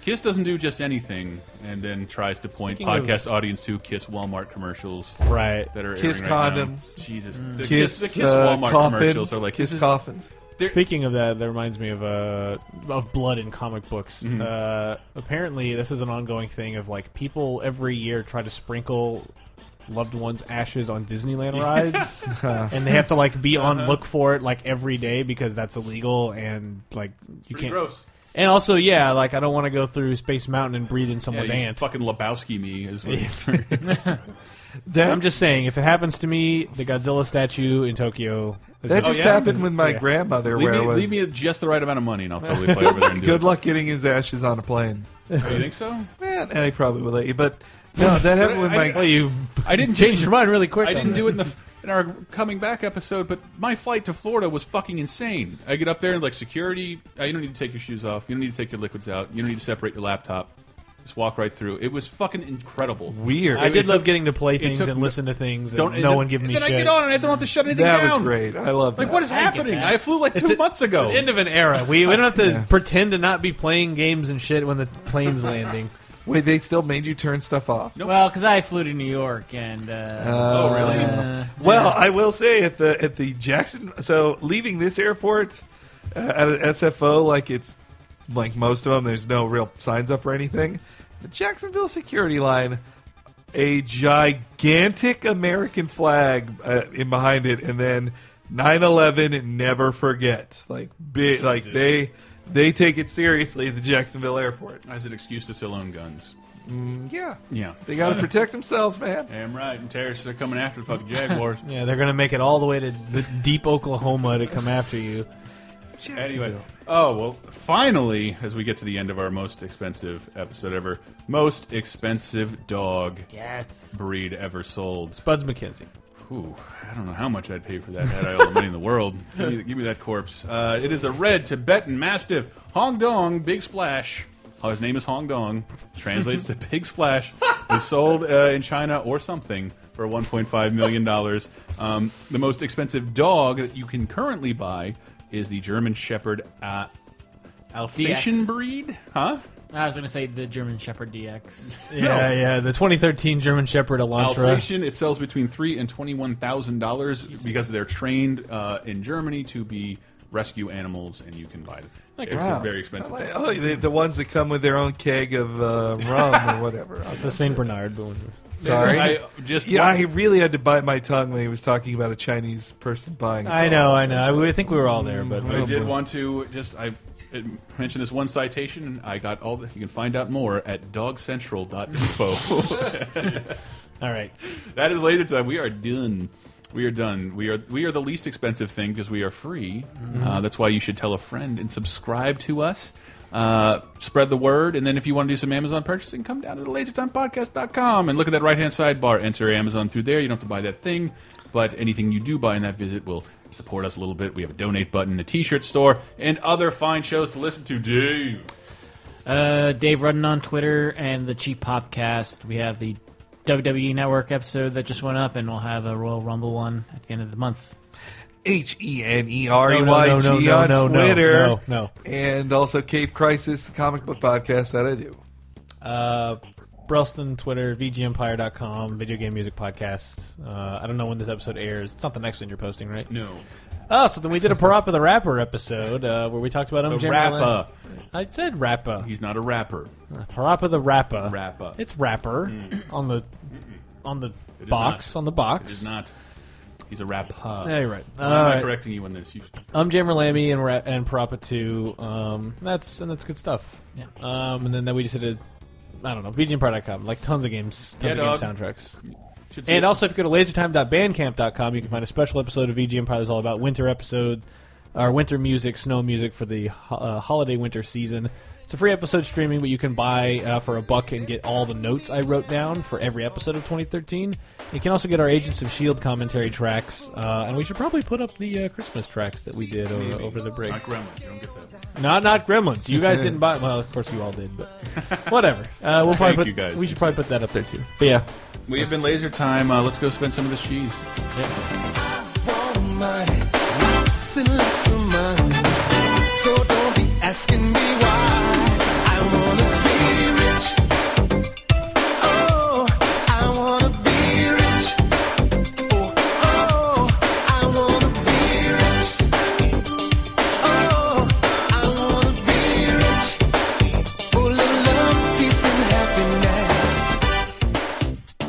S3: Kiss doesn't do just anything and then tries to point
S5: Speaking of-
S3: podcast audience to Kiss Walmart commercials.
S4: Right.
S3: That are
S5: Kiss
S3: airing right now.
S5: condoms.
S3: Jesus.
S5: Mm.
S3: The
S5: Kiss,
S3: Kiss, the Kiss
S5: uh,
S3: Walmart
S5: coffin.
S3: commercials are like
S5: Kiss
S3: this is-
S5: coffins.
S4: Speaking of that, that reminds me of uh, of blood in comic books.
S5: Mhm.
S4: Uh, apparently, this is an ongoing thing of like people every year try to sprinkle loved ones' ashes on Disneyland rides,
S5: Yeah.
S4: and they have to like be on
S5: Uh-huh.
S4: look for it like every day because that's illegal and like you
S3: Pretty
S4: can't.
S3: gross.
S4: And also, yeah, like I don't want to go through Space Mountain and breathe in
S3: Yeah,
S4: someone's
S3: you
S4: aunt.
S3: Fucking Lebowski me is what
S4: I'm just saying, if it happens to me, the Godzilla statue in Tokyo. is-
S5: That just happened with my grandmother,
S3: Oh, Leave
S5: where
S3: me,
S5: it was-
S3: leave me just the right amount of money and I'll totally play over there and do
S5: good
S3: it.
S5: luck getting his ashes on a plane.
S3: You think so?
S5: Man, I probably will let you, but no, that happened with my.
S3: I didn't
S5: change your mind
S4: really
S5: quick
S3: I
S5: on
S3: didn't
S5: that.
S3: do it in the in our coming back episode, but my flight to Florida was fucking insane. I get up there and like security, uh, you don't need to take your shoes off, you don't need to take your liquids out, you don't need to separate your laptop. Just walk right through. It was fucking incredible.
S4: Weird. I
S3: It-
S4: did
S3: it
S4: love
S3: took-
S4: getting to play
S3: it
S4: things
S3: took
S4: and
S3: no-
S4: listen to things and
S3: Don't
S4: no
S3: then-
S4: one give me
S3: then I
S4: shit.
S3: get on and I don't have to shut anything
S5: That
S3: down.
S5: was great. I love
S3: Like
S5: that.
S3: what is
S5: I get
S3: happening?
S5: that.
S3: I flew like two
S4: It's a-
S3: months ago.
S4: It's the end of an era. We, we don't have to pretend to not be playing games and shit when the plane's landing.
S5: Wait, they still made you turn stuff off?
S6: Well, because I flew to New York and. Uh,
S5: Uh,
S6: uh,
S5: well, I will say at the at the Jackson. So leaving this airport uh, at a SFO, like it's like most of them, there's no real signs up or anything. The Jacksonville security line, a gigantic American flag uh, in behind it, and then 9/11 never forget. Like big, like they they take it seriously at the Jacksonville airport.
S3: As an excuse to still own guns.
S5: Mm, yeah,
S3: Yeah.
S5: They got to protect themselves, man.
S3: Damn right. And terrorists are coming after the fucking Jaguars.
S4: Yeah, they're gonna make it all the way to the deep Oklahoma to come after you.
S3: Anyway, oh well. Finally, as we get to the end of our most expensive episode ever, most expensive dog
S6: yes
S3: breed ever sold.
S4: Spuds McKenzie.
S3: Ooh, I don't know how much I'd pay for that had I all the money in the world. Give me, give me that corpse. Uh, it is a red Tibetan Mastiff, Hong Dong Big Splash. Oh, his name is Hong Dong. Translates to Big Splash. Was sold uh, in China or something for 1.5 million dollars. Um, the most expensive dog that you can currently buy is the German Shepherd uh, Alsatian
S6: DX.
S3: breed, huh?
S6: I was going to say the German Shepherd DX.
S4: Yeah, yeah. The 2013 German Shepherd Elantra.
S3: Alsatian, it sells between three and twenty-one thousand dollars because they're trained uh, in Germany to be rescue animals, and you can buy them. it's a
S5: wow.
S3: very expensive.
S5: I like- I like the, the ones that come with their own keg of uh, rum or whatever.
S4: It's a Saint Bernard. But
S5: Sorry,
S3: I just-
S5: yeah, I really had to bite my tongue when he was talking about a Chinese person buying. a
S4: I
S5: dog.
S4: know, I know. I, we- I think we were all there, but
S3: I did want to just I uh, mention this one citation, and I got all. The, you can find out more at dogcentral.info.
S4: all right,
S3: that is later time. We are done. We are done. We are we are the least expensive thing because we are free.
S4: Mm-hmm.
S13: Mhm.
S3: Uh, that's why you should tell a friend and subscribe to us. Uh, spread the word, and then if you want to do some Amazon purchasing, come down to the lasertimepodcast.com and look at that right hand sidebar. Enter Amazon through there. You don't have to buy that thing, but anything you do buy in that visit will support us a little bit. We have a donate button, a t shirt store, and other fine shows to listen to. Dave.
S6: Uh, Dave Rudden on Twitter and the Cheap Popcast. We have the WWE Network episode that just went up, and we'll have a Royal Rumble one at the end of the month.
S5: H E N E
S6: R
S5: R
S6: E
S5: E
S6: Y
S5: Y
S6: G
S5: G
S6: on
S5: on
S6: Twitter.
S5: Twitter.
S4: no.
S5: And also Cave Crisis, the comic book podcast that I do.
S4: Uh, Brelston, Twitter, VGEmpire.com, Video Game Music Podcast. Uh, I don't know when this episode airs. It's not the next one you're posting, right?
S3: No.
S4: Oh, so then we did a Parappa the Rapper episode uh, where we talked about
S3: The
S4: him.
S3: Rappa.
S4: I said Rappa.
S3: He's not a rapper.
S4: Parappa the Rappa.
S3: Rappa. Mm.
S4: It's rapper on the on the
S3: It is
S4: box
S3: not.
S4: on the box.
S3: It is not. He's a rapper.
S4: Yeah, you're right.
S3: Why am
S4: All
S3: I
S4: right.
S3: correcting you on this? You-
S4: I'm Jammer Lammy and Ra- and Propa Two. Um, that's and that's good stuff.
S6: Yeah.
S4: Um, and then, then we just did, a, I don't know, VGMPro.com, like tons of games, tons
S3: Yeah, dog.
S4: of game soundtracks.
S3: Should see it.
S4: And also, if you go to lasertime.bandcamp.com, you can find a special episode of E VG Empire that's all about winter episodes, or winter music, snow music for the ho- uh, holiday winter season. It's a free episode streaming, but you can buy uh, for a buck and get all the notes I wrote down for every episode of 2013. You can also get our Agents of S.H.I.E.L.D. E commentary tracks, uh, and we should probably put up the uh, Christmas tracks that we did over,
S3: Maybe.
S4: over the break.
S3: Not Gremlins. You don't get that.
S4: Not not Gremlins. You guys didn't buy. Well, of course you all did, but whatever. Uh, we'll probably
S3: Thank
S4: put,
S3: you guys.
S4: We should probably put that up there too. But yeah,
S3: We have been laser time. Uh, let's go spend some of this cheese.
S15: money, lots and lots of money. So don't be asking me why. I wanna be rich. Oh, I wanna be rich. Oh, oh, I wanna be rich. Oh, I wanna be rich. Full of love, peace, and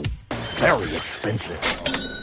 S15: happiness.
S12: Very expensive.